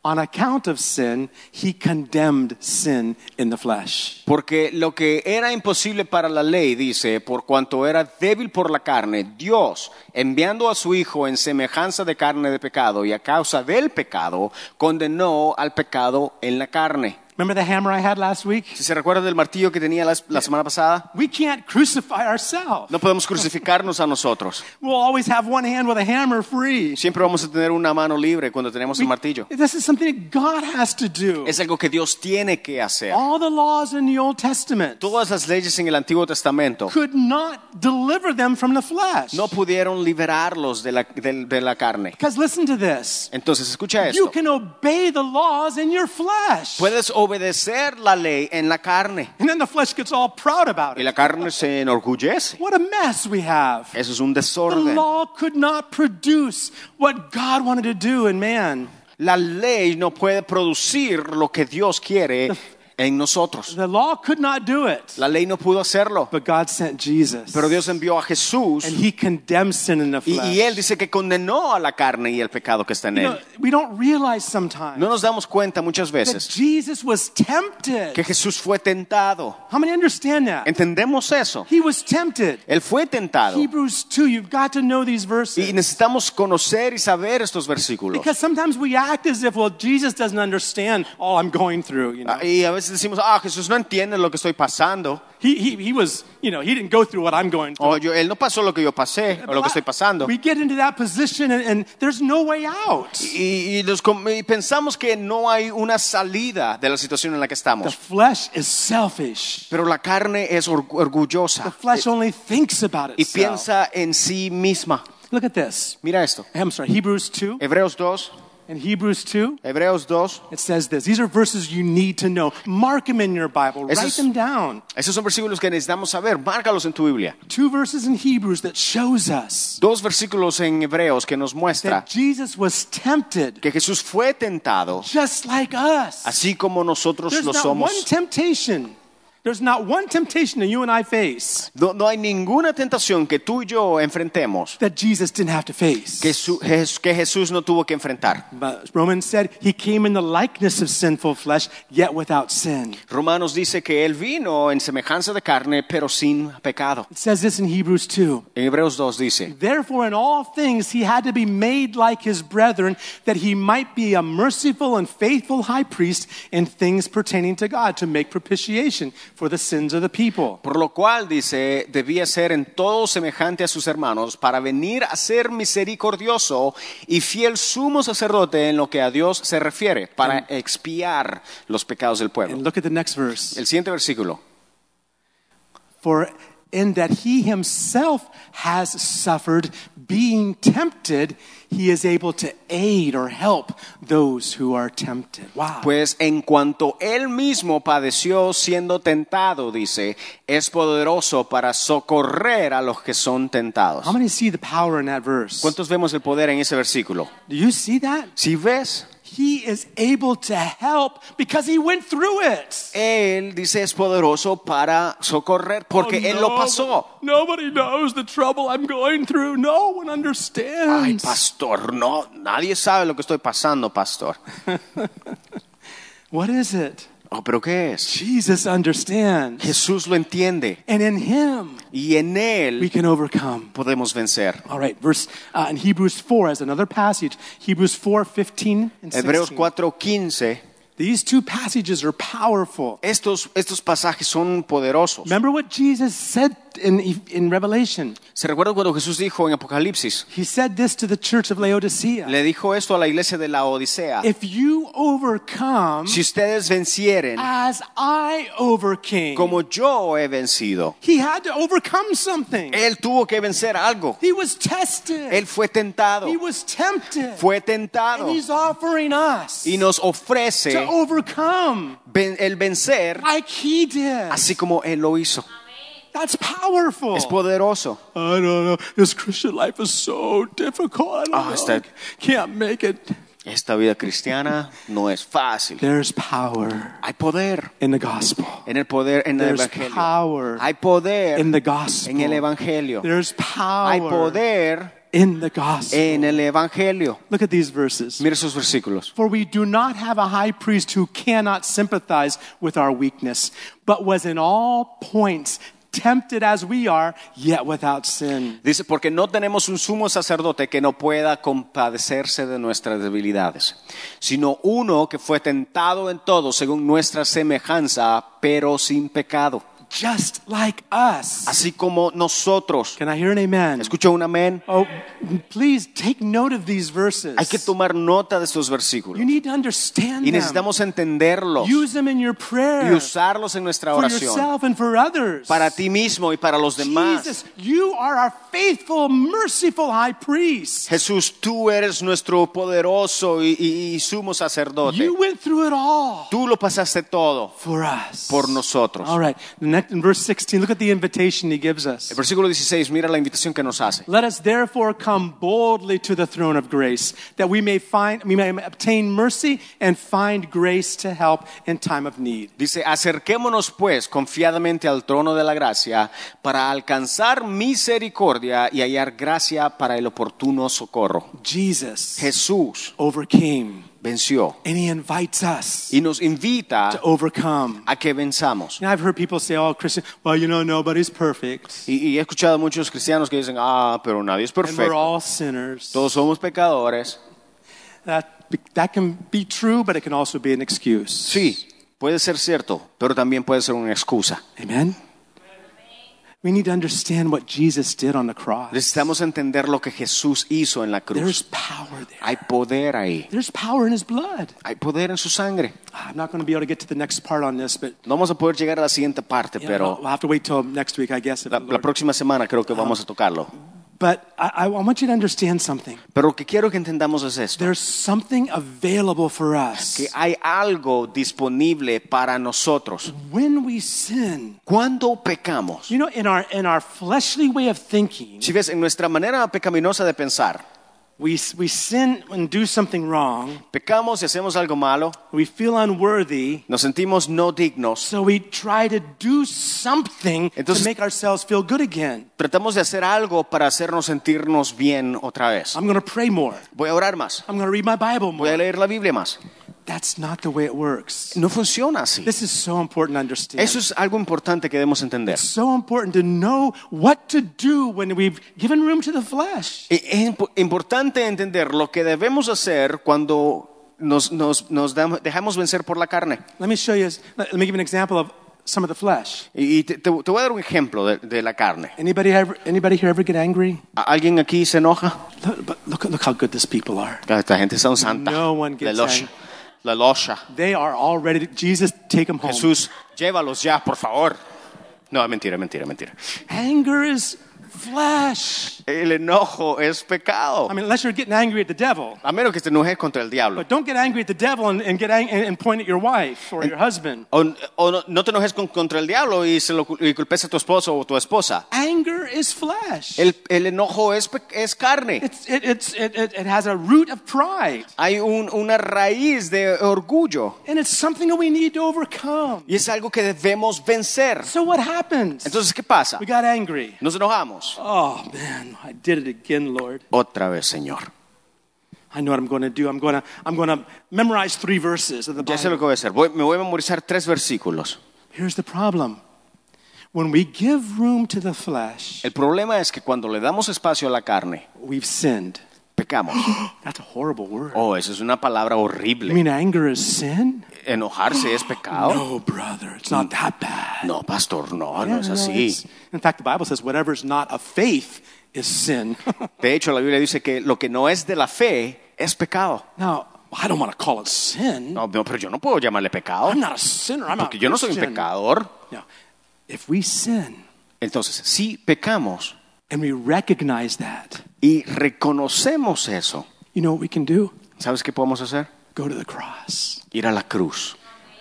On account of sin, he condemned sin in the flesh. Porque lo que era imposible para la ley, dice, por cuanto era débil por la carne, Dios, enviando a su Hijo en semejanza de carne de pecado y a causa del pecado, condenó al pecado en la carne. Remember the hammer I had last week? Si se recuerda del martillo que tenía la, la semana pasada, We can't crucify ourselves. no podemos crucificarnos a nosotros. We'll always have one hand with a hammer free. Siempre vamos a tener una mano libre cuando tenemos el martillo. We- this is something that God has to do. Es algo que Dios tiene que hacer. All the laws in the Old Testament Todas las leyes en el Antiguo Testamento could not deliver them from the flesh. no pudieron liberarlos de la, del- de la carne. Because listen to this. Entonces, escucha You esto. can obey the laws in your flesh. Puedes obedecer la ley en la carne. And then the flesh gets all proud about Y it. la carne se enorgullece. What a mess we have. Eso es un The desorden. law could not produce what God wanted to do in man. La ley no puede producir lo que Dios quiere en nosotros. The law could not do it. La ley no pudo hacerlo. But God sent Jesus. Pero Dios envió a Jesús And he condemns sin in the y, flesh. y Él dice que condenó a la carne y el pecado que está en You know, Él. we don't realize sometimes No nos damos cuenta muchas that veces Jesus was tempted. que Jesús fue tentado. How many understand that? ¿Entendemos eso? He was tempted. Él fue tentado. Hebrews 2, you've got to know these Y verses. necesitamos conocer y saber estos versículos. Because sometimes we act as if, well, Jesus doesn't understand all I'm going through. You know? Ah, Y a veces decimos, ah, Jesús no entiende lo que estoy pasando. he, he, he was, you know, he didn't go through what I'm going through. O yo, él no pasó lo que yo pasé, o Oh, lo que estoy pasando. We get into that position and, and there's no way out. Y, y los com- y pensamos que no hay una salida de la situación en la que The estamos. flesh is selfish. Pero la carne es org- The orgullosa flesh only thinks about y itself. piensa en sí misma. Look at this. Mira esto. I'm sorry, Hebrews 2. Hebreos 2, In Hebrews 2, Hebreos 2. It says this. These are verses you need to know. Mark them in your Bible. Eso Write es- them down. Esos son versículos que necesitamos saber. Márcalos en tu Biblia. Two verses in Hebrews that shows us Dos versículos en Hebreos que nos muestra that Jesus was tempted que Jesús fue tentado, just like us. así como nosotros There's lo not one somos. temptation. There's not one temptation that you and I face No, no hay ninguna tentación que tú y yo enfrentemos that Jesus didn't have to face. que, su- Jes- que Jesús no tuvo que enfrentar. But Romans said he came in the likeness of sinful flesh, yet without sin. Romanos dice que Él vino en semejanza de carne, pero sin pecado. It says this in Hebrews 2. En Hebreos 2 dice, Therefore, in all things, he had to be made like his brethren, that he might be a merciful and faithful high priest in things pertaining to God, to make propitiation for the sins of the people. por lo cual dice, debía ser en todo semejante a sus hermanos para venir a ser misericordioso y fiel sumo sacerdote en lo que a Dios se refiere, para expiar los pecados del And pueblo. look at the next verse. El siguiente versículo. For in that he himself has suffered being tempted, he is able to aid or help those who are tempted. Wow. Pues en cuanto él mismo padeció siendo tentado, dice, es poderoso para socorrer a los que son tentados. How many see the power in that verse? ¿Cuántos vemos el poder en ese versículo? Do you see that? Si ves, He is able to help because he went through it. él dice es poderoso para socorrer porque él lo pasó. Oh, Nobody knows the trouble I'm going through. No one Ay, understands. pastor, no, nadie sabe lo que estoy pasando, pastor. what is it? Oh, pero ¿qué es? Jesus understands. Jesús lo entiende And in him y en we él can overcome. podemos vencer. All right, verse uh, in Hebrews 4 as another passage, Hebrews 4, 15 and 16. Hebreos 4:15. These two passages are powerful. Estos, estos pasajes son poderosos. Remember what Jesus said in, in Revelation. ¿Se recuerda cuando Jesús dijo en Apocalipsis? He said this to the church of Laodicea. Le dijo esto a la iglesia de la Odisea. if you overcome Si ustedes vencieren as I overcame, como yo he vencido, he had to overcome something. él tuvo que vencer algo. He was tested. Él fue tentado. he was tempted. Fue and tentado. he's offering us Y nos ofrece to overcome ven- el vencer like he did. así como él lo hizo. That's powerful. Es poderoso. I don't know. This Christian life is so difficult. I don't Ah, know. está- Can't make it. Esta vida cristiana no es fácil. There's power Hay poder in the gospel. en el poder en el There's evangelio. power Hay poder In the gospel. en el evangelio. There's power Hay poder in the gospel. en el evangelio. Look at these verses. Mira esos versículos. For we do not have a high priest who cannot sympathize with our weakness, but was in all points tempted as we are, yet without sin. Dice, porque no tenemos un sumo sacerdote que no pueda compadecerse de nuestras debilidades, sino uno que fue tentado en todo según nuestra semejanza, pero sin pecado. Just like us. Así como nosotros. Can I hear an amen? Escucho un amén. Oh, please take note of these verses. Hay que tomar nota de estos You versículos need to understand them. y necesitamos entenderlos Use them in your prayer y usarlos en nuestra for oración yourself and for others. para ti mismo y para los demás. Jesus, you are our faithful, merciful high priest. Jesús, tú eres nuestro poderoso y, y- y sumo sacerdote. You went through it all Tú lo pasaste todo. for us. Por nosotros. All right. Next, in verse 16, look at the invitation he gives us. El versículo 16, mira la invitación que nos hace. Let us therefore come boldly to the throne of grace, that we may find, we may obtain mercy and find grace to help in time of need. Dice, acerquémonos pues confiadamente al trono de la gracia para alcanzar misericordia y hallar gracia para el oportuno socorro. Jesus Jesús overcame, venció and he invites us y nos invita to overcome. a que venzamos. You know, I've heard people say, oh, Christian, well, you know, nobody's perfect. Y, y he escuchado a muchos cristianos que dicen, ah, pero nadie es And we're perfecto. all sinners. Todos somos pecadores. That, that can be true, but it can also be an excuse. Sí, puede ser cierto, pero también puede ser una excusa. Amen? We need to understand what Jesus did on the cross. Necesitamos entender lo que Jesús hizo en la There's cruz. power there. Hay poder ahí. There's power in his blood. Ah, Hay poder en su sangre. I'm not going to be able to get to the next part on this, but No vamos a poder llegar a la siguiente parte, you know, pero we'll have to wait till next week, I guess. if la, the la Lord- próxima semana creo que vamos a tocarlo. But I, I want you to understand something. Pero lo que quiero que entendamos es esto. There's something available for us. Que hay algo disponible para nosotros. When we sin, Cuando pecamos, you know, in our, in our fleshly way of thinking, si ves, en nuestra manera pecaminosa de pensar, we, we sin and do something wrong. pecamos y hacemos algo malo, We feel unworthy. nos sentimos no dignos, So we try to do something Entonces- to make ourselves feel good again. tratamos de hacer algo para hacernos sentirnos bien otra vez. I'm going to pray more. Voy a orar más, I'm going to read my Bible voy a more. leer la Biblia más. That's not the way it works. No funciona así. This is so important to understand. Eso es algo importante que debemos entender. so important to know what to do when we've given room to the flesh. E- Es impo- importante entender lo que debemos hacer cuando nos, nos- nos dam- dejamos vencer por la carne. Let me show you, let let me give you an example of some of the flesh. Y, y te, te- te voy a dar un ejemplo de, de la carne. Anybody, ever, anybody here ever get angry? ¿A- ¿Alguien aquí se enoja? Look, but look, look how good these people are. Ah, Esta gente son santa. No one la gets locha. angry. La locha. They are all ready to, Jesus, take them home. Jesús, llévalos ya, por favor. No, mentira, mentira, mentira. Anger is flesh. El enojo es pecado. I mean, unless you're getting angry at the devil. A menos que te enojes contra el diablo. But don't get angry at the devil and, and get ang- and, and point at your wife or your husband. O, o no, no te enojes con- contra el diablo y, se lo, cul- y culpes a tu esposo o tu esposa. Anger is flesh. El, el enojo es, pe- es carne. It's, it, it's, it, it, it has a root of pride. Hay un- una raíz de orgullo. And it's something that we need to overcome. Y es algo que debemos vencer. So what happens? Entonces, ¿qué pasa? We got angry. Nos enojamos. Oh, man, I did it again, Lord. Otra vez, Señor. I know what I'm going to do. I'm going to, I'm going to memorize three verses of the Ya sé lo Bible. que voy a hacer. Voy- me voy a memorizar tres versículos. Here's the problem. When we give room to the flesh, El problema es que cuando le damos espacio a la carne, we've sinned. pecamos. That's a horrible word. Oh, eso es una palabra You horrible. mean anger is sin? Enojarse es pecado. No, brother, it's not that bad. No, pastor, no, Yeah, no es Oh. no, así. it's- in fact, the Bible says whatever's not of faith is sin. De hecho, la Biblia dice que lo que no es de la fe es pecado. now, I don't want to call it sin. No, no, pero yo no puedo llamarle pecado. I'm not a sinner. I'm Porque a yo no soy un Christian. pecador. No. If we sin Entonces, si pecamos and we recognize that, y reconocemos eso, you know what we can do? ¿sabes qué podemos hacer? Go to the cross Ir a la cruz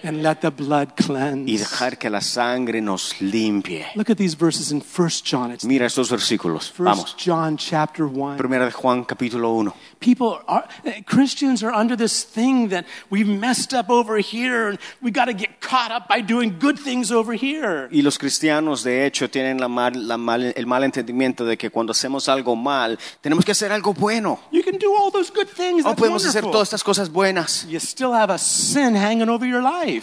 and let the blood cleanse. y dejar que la sangre nos limpie. Look at these verses in 1 John. It's Mira estos versículos. 1 Vamos. John chapter 1. Primera de Juan capítulo 1. People are, eh, Christians are under this thing that we've messed up over here and we got to get caught up by doing good things over here. Y los cristianos, de hecho, tienen la mal- la mal- el mal entendimiento de que cuando hacemos algo mal, tenemos que hacer algo bueno. You can do all those good things. No That's Oh, podemos hacer wonderful. todas estas cosas buenas. You still have a sin hanging over your life.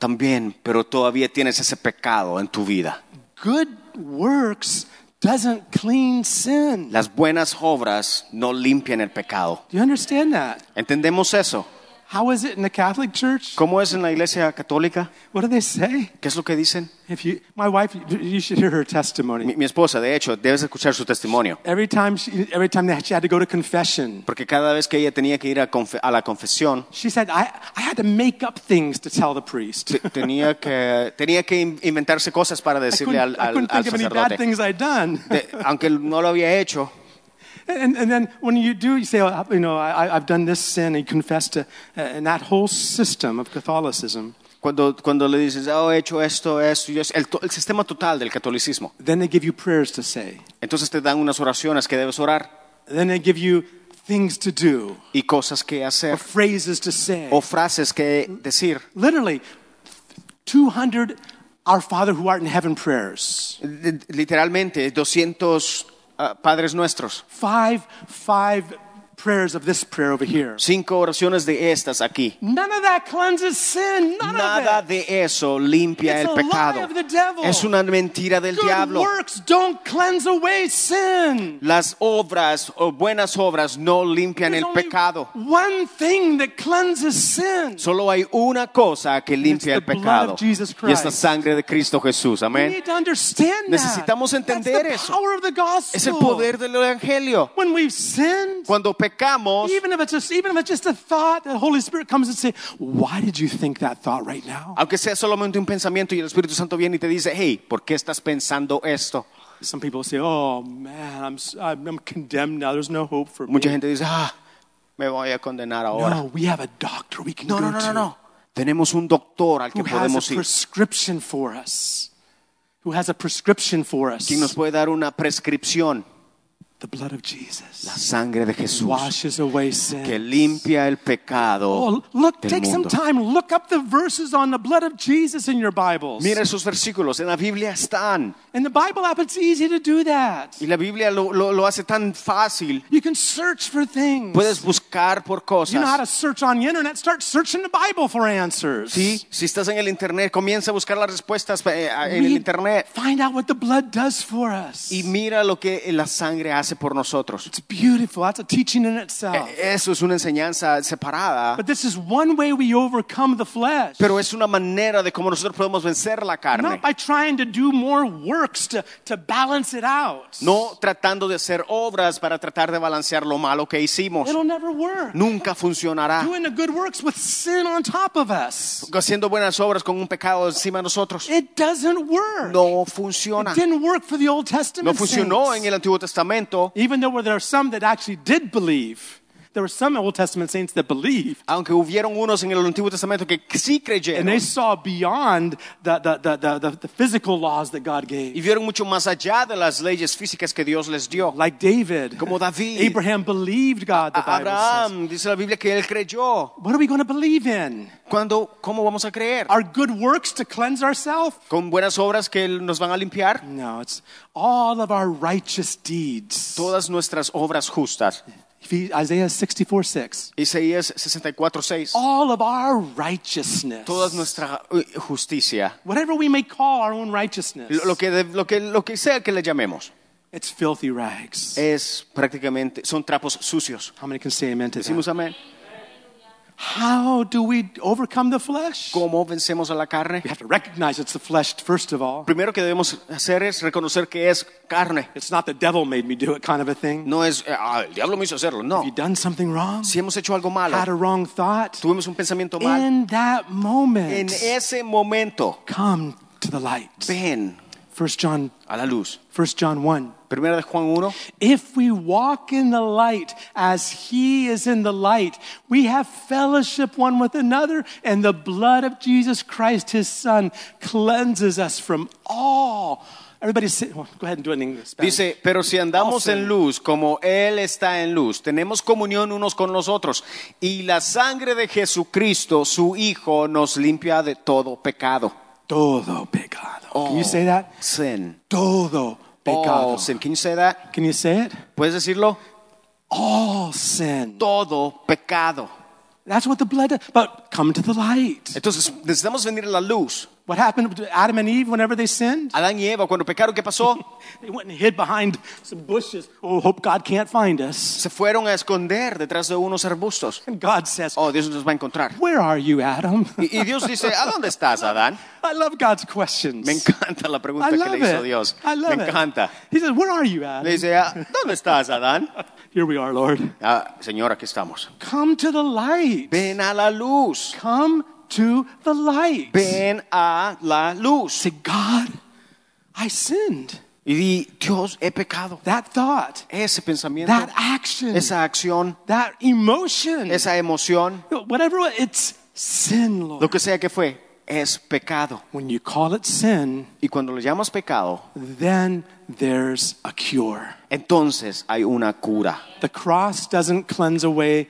También, pero todavía tienes ese pecado en tu vida. Good works doesn't clean sin. Las buenas obras no limpian el pecado. Do you understand that? ¿Entendemos eso? How is it in the Catholic Church? ¿Cómo es en la iglesia católica? What do they say? ¿Qué es lo que dicen? If you, my wife, you should hear her testimony. Mi, mi esposa, de hecho, debes escuchar su testimonio. Every time, she, every time that she had to go to confession, Porque cada vez que ella tenía que ir a, confe- a la confesión, she said, I, I had to make up things to tell the priest. te- tenía que, tenía que in- inventarse cosas para I decirle al, couldn't, I couldn't al- al think of any bad sacerdote. things I'd done. De- aunque no lo había hecho, And, and then when you do, you say, oh, you know, I, I've done this sin, and you confess to, uh, and that whole system of Catholicism, cuando, cuando le dices, oh, he hecho esto, esto, y esto", el, to- el sistema total del catolicismo. then they give you prayers to say. Entonces te dan unas oraciones que debes orar Then they give you things to do, y cosas que or hacer phrases to say. o frases que decir. Literally, 200 Our Father who art in heaven prayers. De- Literalmente, 200 ah, padres nuestros. Five, five prayers of this prayer over here. Cinco oraciones de estas aquí. None of that cleanses sin. None Nada of it. de eso limpia It's el a lie pecado. of the devil. Es una mentira del Good diablo. works don't cleanse away sin. Las obras o buenas obras no limpian There's el only pecado. One thing that cleanses sin. Solo hay una cosa que the limpia el blood pecado of Jesus y es la Christ. sangre de Cristo Jesús. we Amén. need to understand that. Necesitamos entender That's the eso. power of the gospel. Es el poder del evangelio. When we've sinned, Cuando pecamos, even if it's just even if it's just a thought, the Holy Spirit comes and says, "Why did you think that thought right now?" aunque sea solamente un pensamiento y el Espíritu Santo viene y te dice, hey, ¿por qué estás pensando esto? Some people say, "Oh man, I'm s- I'm, I'm condemned now. There's no hope for me." Mucha gente dice, ah, me voy a condenar ahora. No, we have a doctor we can go No, no, no, no, to no. Tenemos un doctor al que who has podemos a ir, prescription for us. Who has a prescription for us? quien nos puede dar una prescripción. The blood of Jesus La sangre de Jesús washes away sin. que limpia el pecado Oh, look, del take some mundo. time. Look up the verses on the blood of Jesus in your Bibles. Mira esos versículos, en la Biblia están. In the Bible app, it's easy to do that. Y la Biblia lo, lo- lo hace tan fácil. You can search for things. Puedes buscar por you know how to cosas. search on the internet. Start searching the Bible for answers. Sí, si estás en el internet, comienza a buscar las respuestas eh, en el Read- internet Find out what the blood does for us. y mira lo que la sangre hace por nosotros. It's beautiful. That's a teaching in itself. E- Eso es una enseñanza separada, But this is one way we overcome the flesh. pero es una manera de cómo nosotros podemos vencer la carne. Not by trying to do more works to, to balance it out. No tratando de hacer obras para tratar de balancear lo malo que hicimos. It'll never work. Nunca funcionará. Doing the good works with sin on top of us. Haciendo buenas obras con un pecado encima de nosotros. It doesn't work. No It funciona. didn't work for the Old Testament. No funcionó saints. en el Antiguo Testamento. Even though there are some that actually did believe. There were some Old Testament saints that believed. Aunque hubieron unos en el Antiguo Testamento que sí And they creyeron saw beyond the, the, the, the, the, the physical laws that God gave. y vieron mucho más allá de las leyes físicas que Dios les dio. Like David. Como David. Abraham believed God, the A- Bible says. Abraham, dice la Biblia que él creyó. What are we going to believe in? ¿Cuándo, ¿Cómo vamos a creer? Our good works to cleanse ourselves? ¿Con buenas obras que nos van a limpiar? No, it's all of our righteous deeds. Todas nuestras obras justas. Ephes- Isaiah 64 6. Isaías 64, 6. All of our righteousness. Toda nuestra eh, justicia. Whatever we may call our own righteousness, Lo, lo que, de- lo, que, lo que sea que le llamemos. it's filthy Eh. rags. Es prácticamente, son trapos sucios. How many can say amen to Decimos that? amén. How do we overcome the flesh? ¿Cómo vencemos a la carne? We have to recognize it's the flesh, first of all. Primero que debemos hacer es reconocer que es carne. It's not the devil made me do it kind of a thing. No es, eh, ah, el diablo me hizo hacerlo. No. Have you done something wrong? Si hemos hecho algo malo, Had a wrong thought? tuvimos un pensamiento mal, In that moment, en ese momento, come to the light. ven 1 John, a la luz. 1 John 1. Primera de Juan 1. If we walk in the light as he is in the light, we have fellowship one with another, and the blood of Jesus Christ, his son, cleanses us from all. Everybody say, well, go ahead and do it in English. Spanish. Dice, pero si andamos en luz como Él está en luz, tenemos comunión unos con los otros y la sangre de Jesucristo, su Hijo, nos limpia de todo pecado. Todo pecado. Can you say that? Sin. Todo pecado. All sin. Can you say that? Can you say it? ¿Puedes decirlo? All sin. Todo pecado. That's what the blood does. But come to the light. Entonces, necesitamos venir a la luz. What happened to Adam and Eve whenever they sinned? Adán y Eva, cuando pecaron, ¿qué pasó? They went and hid behind some bushes. Oh, hope God can't find us. Se fueron a esconder detrás de unos arbustos. And God says, Oh, Dios nos va a encontrar. Where are you, Adam? Y, y Dios dice, ¿a dónde estás, Adán? I love God's questions. Me encanta la pregunta I que love le hizo it. Dios. I love Me it. encanta. He says, Where are you, Le Adam? dice, "Ah, ¿dónde estás, Adán? Here we are, Lord. Ah, señor, aquí estamos. Come to the light. Ven a la luz. Come to the light. Ven a la luz. Say, God, I sinned. Y di, Dios, he pecado. That thought, Ese pensamiento, that action, esa acción, that emotion, esa emoción, whatever it- it's sin, Lord. lo que sea que fue, es pecado. When you call it sin, Y cuando lo llamas pecado, then there's a cure. entonces hay una cura. The cross doesn't cleanse away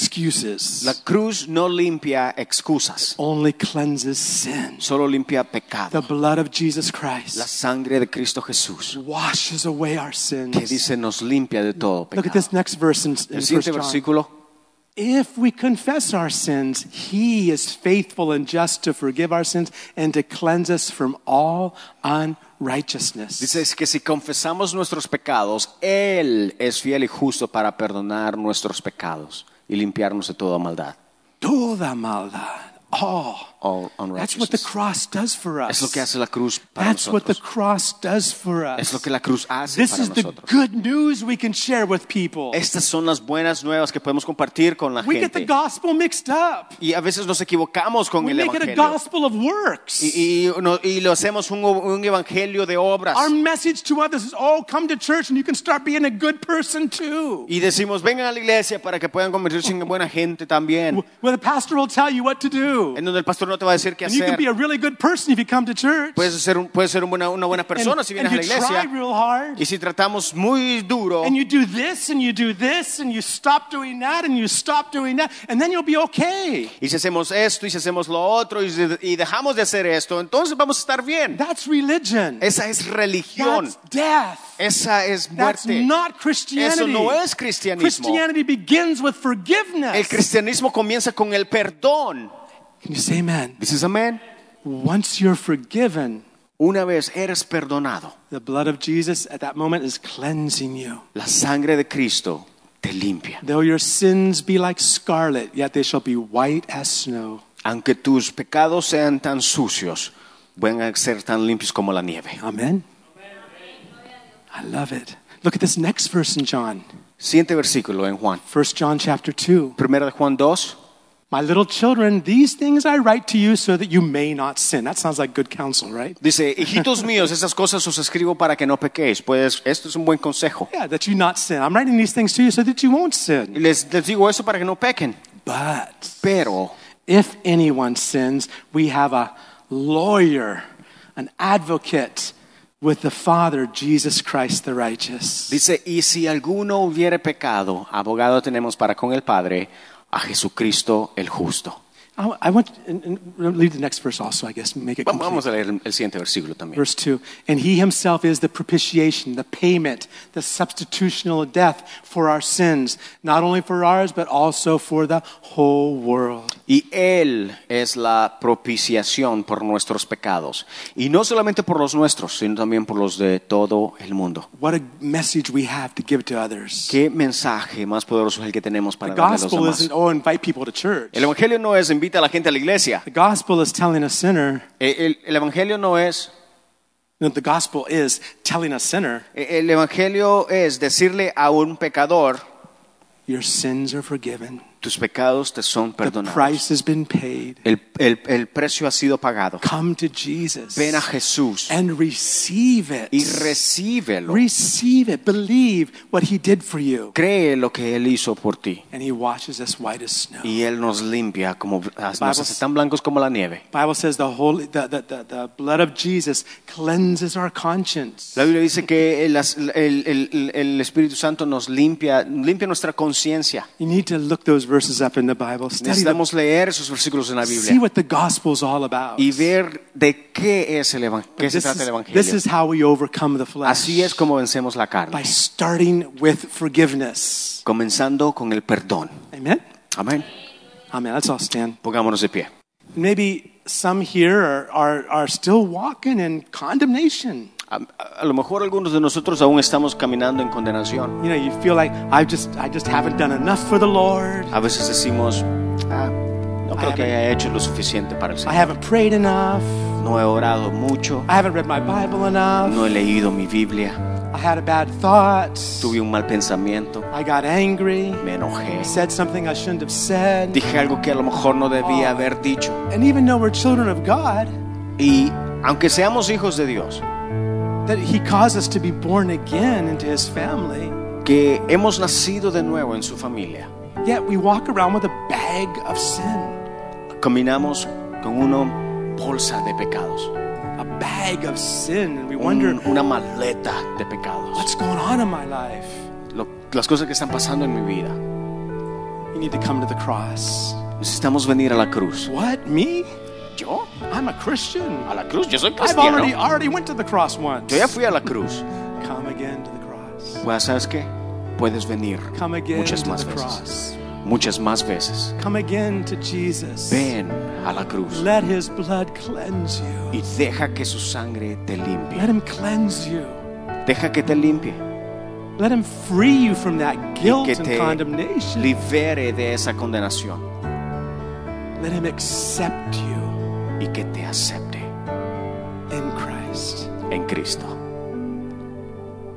excuses. La cruz no limpia excusas, only cleanses sin. solo limpia The pecado. blood of Jesus La Christ sangre de Cristo Jesús, washes away our sins. que dice nos limpia de todo Look at pecado. this next verse in, in El 1 siguiente John. versículo. If we confess our sins, he is faithful and just to forgive our sins and to cleanse us from all unrighteousness. Dice es que si confesamos nuestros pecados, Él es fiel y justo para perdonar nuestros pecados y limpiarnos de toda maldad. Toda maldad. All. All That's what the unrighteousness. cross does for us. Es lo que hace la cruz para That's what the nosotros. cross does for us. Es lo que la cruz hace This para is the nosotros. good news we can share with people. Estas son las buenas nuevas que podemos compartir con la We get the gente. gospel mixed up. Y a veces nos equivocamos con We el make it a evangelio. gospel of works. Y, y, no- y lo hacemos un, un evangelio de obras. Our message to others is, oh, come to church and you can start being a good person too. Y decimos, vengan a la iglesia para que puedan convertirse en buena gente también. Where the pastor will tell you what to do. En donde el pastor no te va a decir qué And you can hacer. be a really good person if you come to church. Puedes ser, un- puedes ser un buena- una buena persona and, si vienes and a la you try iglesia. real hard. Y si tratamos muy duro, And you do this and you do this and you stop doing that and you stop doing that. And then you'll be okay. y si hacemos esto, y si hacemos lo otro, y, si- y dejamos de hacer esto, entonces vamos a estar bien. That's religion. Esa es religión. That's death. Esa es That's muerte. not Christianity. Eso no es cristianismo. Christianity begins with forgiveness. El cristianismo comienza con el perdón. Can you say amen? Dices amén. Once you're forgiven, Una vez eres perdonado, The blood of Jesus at that moment is cleansing you. la sangre de Cristo te limpia. Though your sins be like scarlet, yet they shall be white as snow. Aunque tus pecados sean tan sucios, van a ser tan limpios como la nieve. Amen. I love it. Look at this next verse in John. Siguiente versículo en Juan. 1 John chapter 2. Primera de Juan 2. My little children, these things I write to you so that you may not sin. That sounds like good counsel, right? Dice, hijitos míos, esas cosas os escribo para que no pequéis. Pues esto es un buen consejo. Yeah, that you not sin. I'm writing these things to you so that you won't sin. Les, les digo eso para que no pequen. But Pero if anyone sins, we have a lawyer, an advocate with the Father, Jesus Christ the righteous. dice, y si alguno hubiere pecado, abogado tenemos para con el Padre, a Jesucristo el justo. I, I want and, and leave the next verse also, I guess, make it Va- complete. Vamos a leer el- el siguiente versículo también. Verse 2 And he himself is the propitiation, the payment, the substitutional death for our sins, not only for ours, but also for the whole world. Y Él es la propiciación por nuestros pecados. Y no solamente por los nuestros, sino también por los de todo el mundo. What a message we have to give to others. ¿Qué mensaje más poderoso es el que tenemos The para darle a los gospel demás? isn't, oh, invite people to church. El Evangelio no es invita a la gente a la iglesia. The gospel is telling a sinner, Eh, El, el Evangelio no es... no, the gospel is telling a sinner, eh, El Evangelio es decirle a un pecador, your sins are forgiven. tus pecados te son The perdonados. price has been paid. El, el- el precio ha sido pagado. Come to Jesus Ven a Jesús and receive it. y recíbelo. Receive it. Believe what he did for you. Cree lo que Él hizo por ti. And he washes us white as snow. Y Él nos limpia, como, nos Bible- hace tan blancos como la nieve. Bible says the, holy, the, the, the, the blood of Jesus cleanses our conscience. La Biblia dice que el, as- el- el- el- el Espíritu Santo nos limpia, limpia nuestra conciencia. You need to look those verses up in the Bible. Study them. Necesitamos leer esos versículos en la See Biblia what the gospel's all about. y ver de qué, es el evan- qué se This trata el is, this Evangelio. is how we overcome the flesh. Así es como vencemos la By carne, starting with forgiveness. comenzando con el perdón. Amen? Amén. Amen. Let's all stand. Pongámonos de pie. Maybe some here are, are, are still walking in condemnation. A, a lo mejor algunos de nosotros aún estamos caminando en condenación. You know, you feel like I just I just haven't done enough for the Lord. A veces decimos, "Ah, no creo que haya hecho lo suficiente para el I Señor. haven't prayed enough. No he orado mucho, I haven't read my Bible enough. no he leído mi Biblia, I had a bad thought. tuve un mal pensamiento, I got angry. me enojé. Said something I shouldn't have said. Dije algo que a lo mejor no debía haber dicho. And even though we're children of God, Y aunque seamos hijos de Dios, that He caused us to be born again into His family, que hemos nacido de nuevo en su familia, yet we walk around with a bag of sin. caminamos con una bolsa de pecados, A bag of sin. And we wonder, un- una maleta de pecados. what's going on in my life? Lo- las cosas que están pasando en mi vida. You need to come to the cross. Necesitamos venir a la cruz. What? Me? ¿Yo? I'm a Christian. A la cruz, yo soy I've already, cristiano. I already went to the cross once. Yo ya fui a la cruz. Come again to the cross. Pues, ¿sabes qué? Puedes venir Come again muchas to más the veces. cross. Muchas más veces. Come again to Jesus. Ven a la cruz Let his blood cleanse you. y deja que su sangre te limpie. Let him cleanse you. Deja que te limpie. Let him free you from that guilt que and te condemnation. libere de esa condenación Let him accept you y que te acepte in Christ. en Cristo.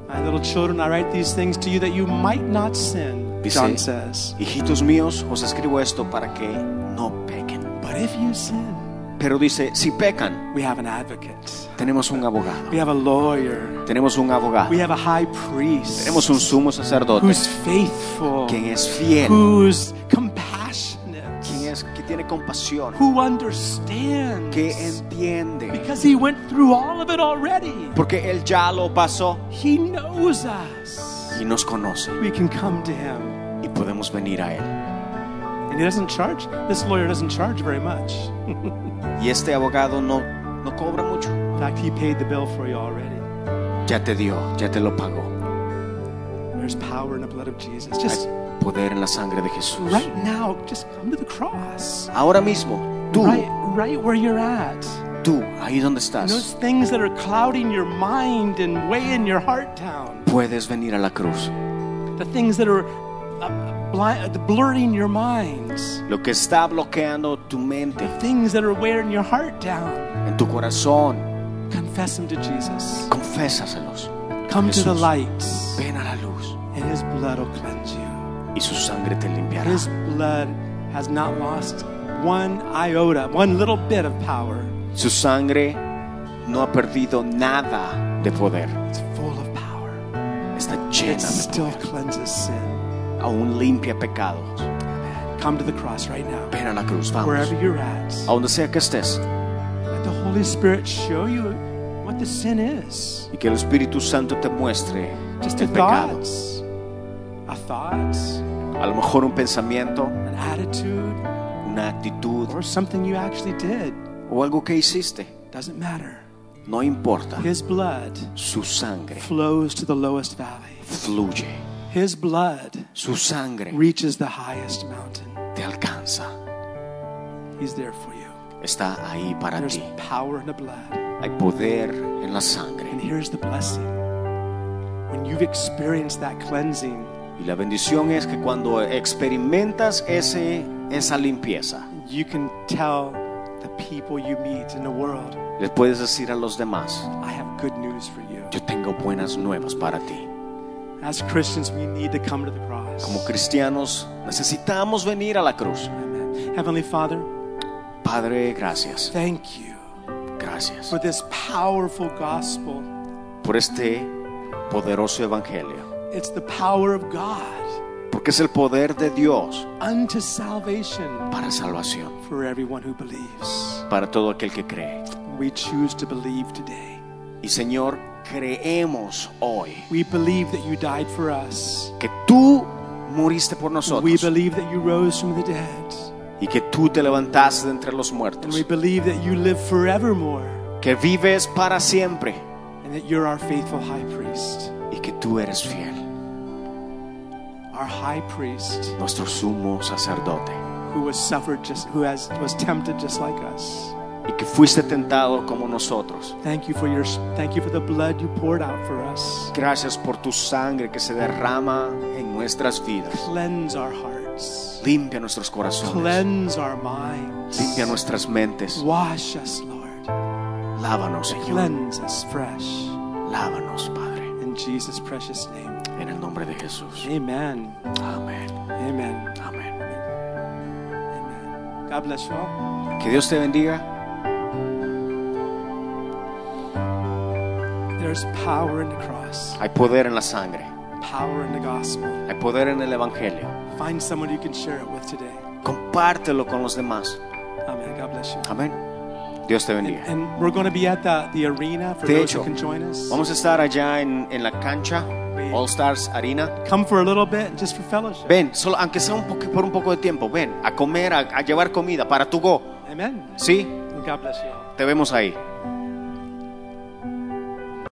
My little children, I write these things to you that you might not sin, Dice, John says. Hijitos míos, os escribo esto para que no pequen. But if you sin, Pero dice, si pecan, we have an advocate. tenemos un abogado. We have a lawyer. Tenemos un abogado. We have a high priest Tenemos un sumo sacerdote who's faithful, quien es fiel, who's compassionate, quien es que tiene compasión, who understands. que entiende, Because he went through all of it already. porque él ya lo pasó He knows us. y nos conoce We can come to him. y podemos venir a él. And he doesn't charge, this lawyer doesn't charge very much. Y este abogado no no cobra mucho. In fact, he paid the bill for you already. Ya te dio, ya te lo pagó. There's power in the blood of Jesus. Just Hay poder en la sangre de Jesús. right now, just come to the cross. Ahora mismo, tú Right, right where you're at. tú, ahí donde And those estás, things that are clouding your mind and weighing your heart down, puedes venir a la cruz. the things that are uh, blind, blurring your minds, Lo que está bloqueando tu mente, things that are wearing your heart down, en tu corazón, confess them to Jesus. confésaselos. Come to the Jesús. light, Ven a la luz and His blood will cleanse you. y su sangre te limpiará. His blood has not lost one iota, one little bit of power. Su sangre no ha perdido nada de poder. It's full of power. Está It llena de still poder. cleanses sin. Aún limpia pecados. Come to the cross right now, Ven a la cruz, vamos. wherever you're at. A donde sea que estés. Let the Holy Spirit show you what the sin is. Y que el Espíritu Santo te muestre Just a el pecado. thought, a thought, A lo mejor un pensamiento, an attitude, una actitud or something you actually did. o algo que hiciste. Doesn't matter. No importa. His blood Su sangre flows to the lowest valley. fluye. His blood Su sangre reaches the highest mountain. te alcanza. He's there for you. Está ahí para There's ti. power in the blood. Hay poder en la And sangre. here's the blessing. When you've experienced that cleansing, Y la bendición es que cuando experimentas ese, esa limpieza, you can tell the people you meet in the world, les puedes decir a los demás, I have good news for you. yo tengo buenas nuevas para ti. As Christians, we need to come to the cross. Como cristianos necesitamos venir a la cruz. Amen. Heavenly Father, Padre, gracias. thank you Gracias for this powerful gospel. por este poderoso evangelio. It's the power of God Porque es el poder de Dios unto salvation para salvación, for everyone who believes. para todo aquel que cree. We choose to believe today. Y Señor, creemos hoy We believe that you died for us. que tú moriste por We nosotros believe that you rose from the dead. y que tú te levantaste de entre los And we muertos, believe that you live forevermore que vives para siempre and that you're our faithful high priest. y que tú eres fiel, Our high priest nuestro sumo sacerdote, who was suffered just who has was tempted just like us. y que fuiste tentado como nosotros. Thank you for your thank you for the blood you poured out for us. Gracias por tu sangre que se derrama en nuestras vidas. Cleanse our hearts. Limpia nuestros corazones, Cleanse our minds. limpia nuestras mentes, Wash us, Lord. lávanos, Señor, Cleanse us fresh. lávanos, Padre, In Jesus' precious name. en el nombre de Jesús. Amen. Amén, Amen. amén. Amen. God bless you all. Que Dios te bendiga. There's power in the cross, Hay poder en la sangre, power in the gospel. hay poder en el Evangelio. Find someone you can share it with today. Compártelo con los demás. Amen. God bless you. Amén. Dios te And, bendiga. and we're going to be at the, the arena for De those hecho, who can join us. Vamos a estar allá en, en la cancha, All Stars Arena. Come for a little bit just for fellowship. Ven, solo, aunque sea un poco, por un poco de tiempo, ven a comer, a, a llevar comida para tu go. Amen. Sí, And God bless you all. te vemos ahí.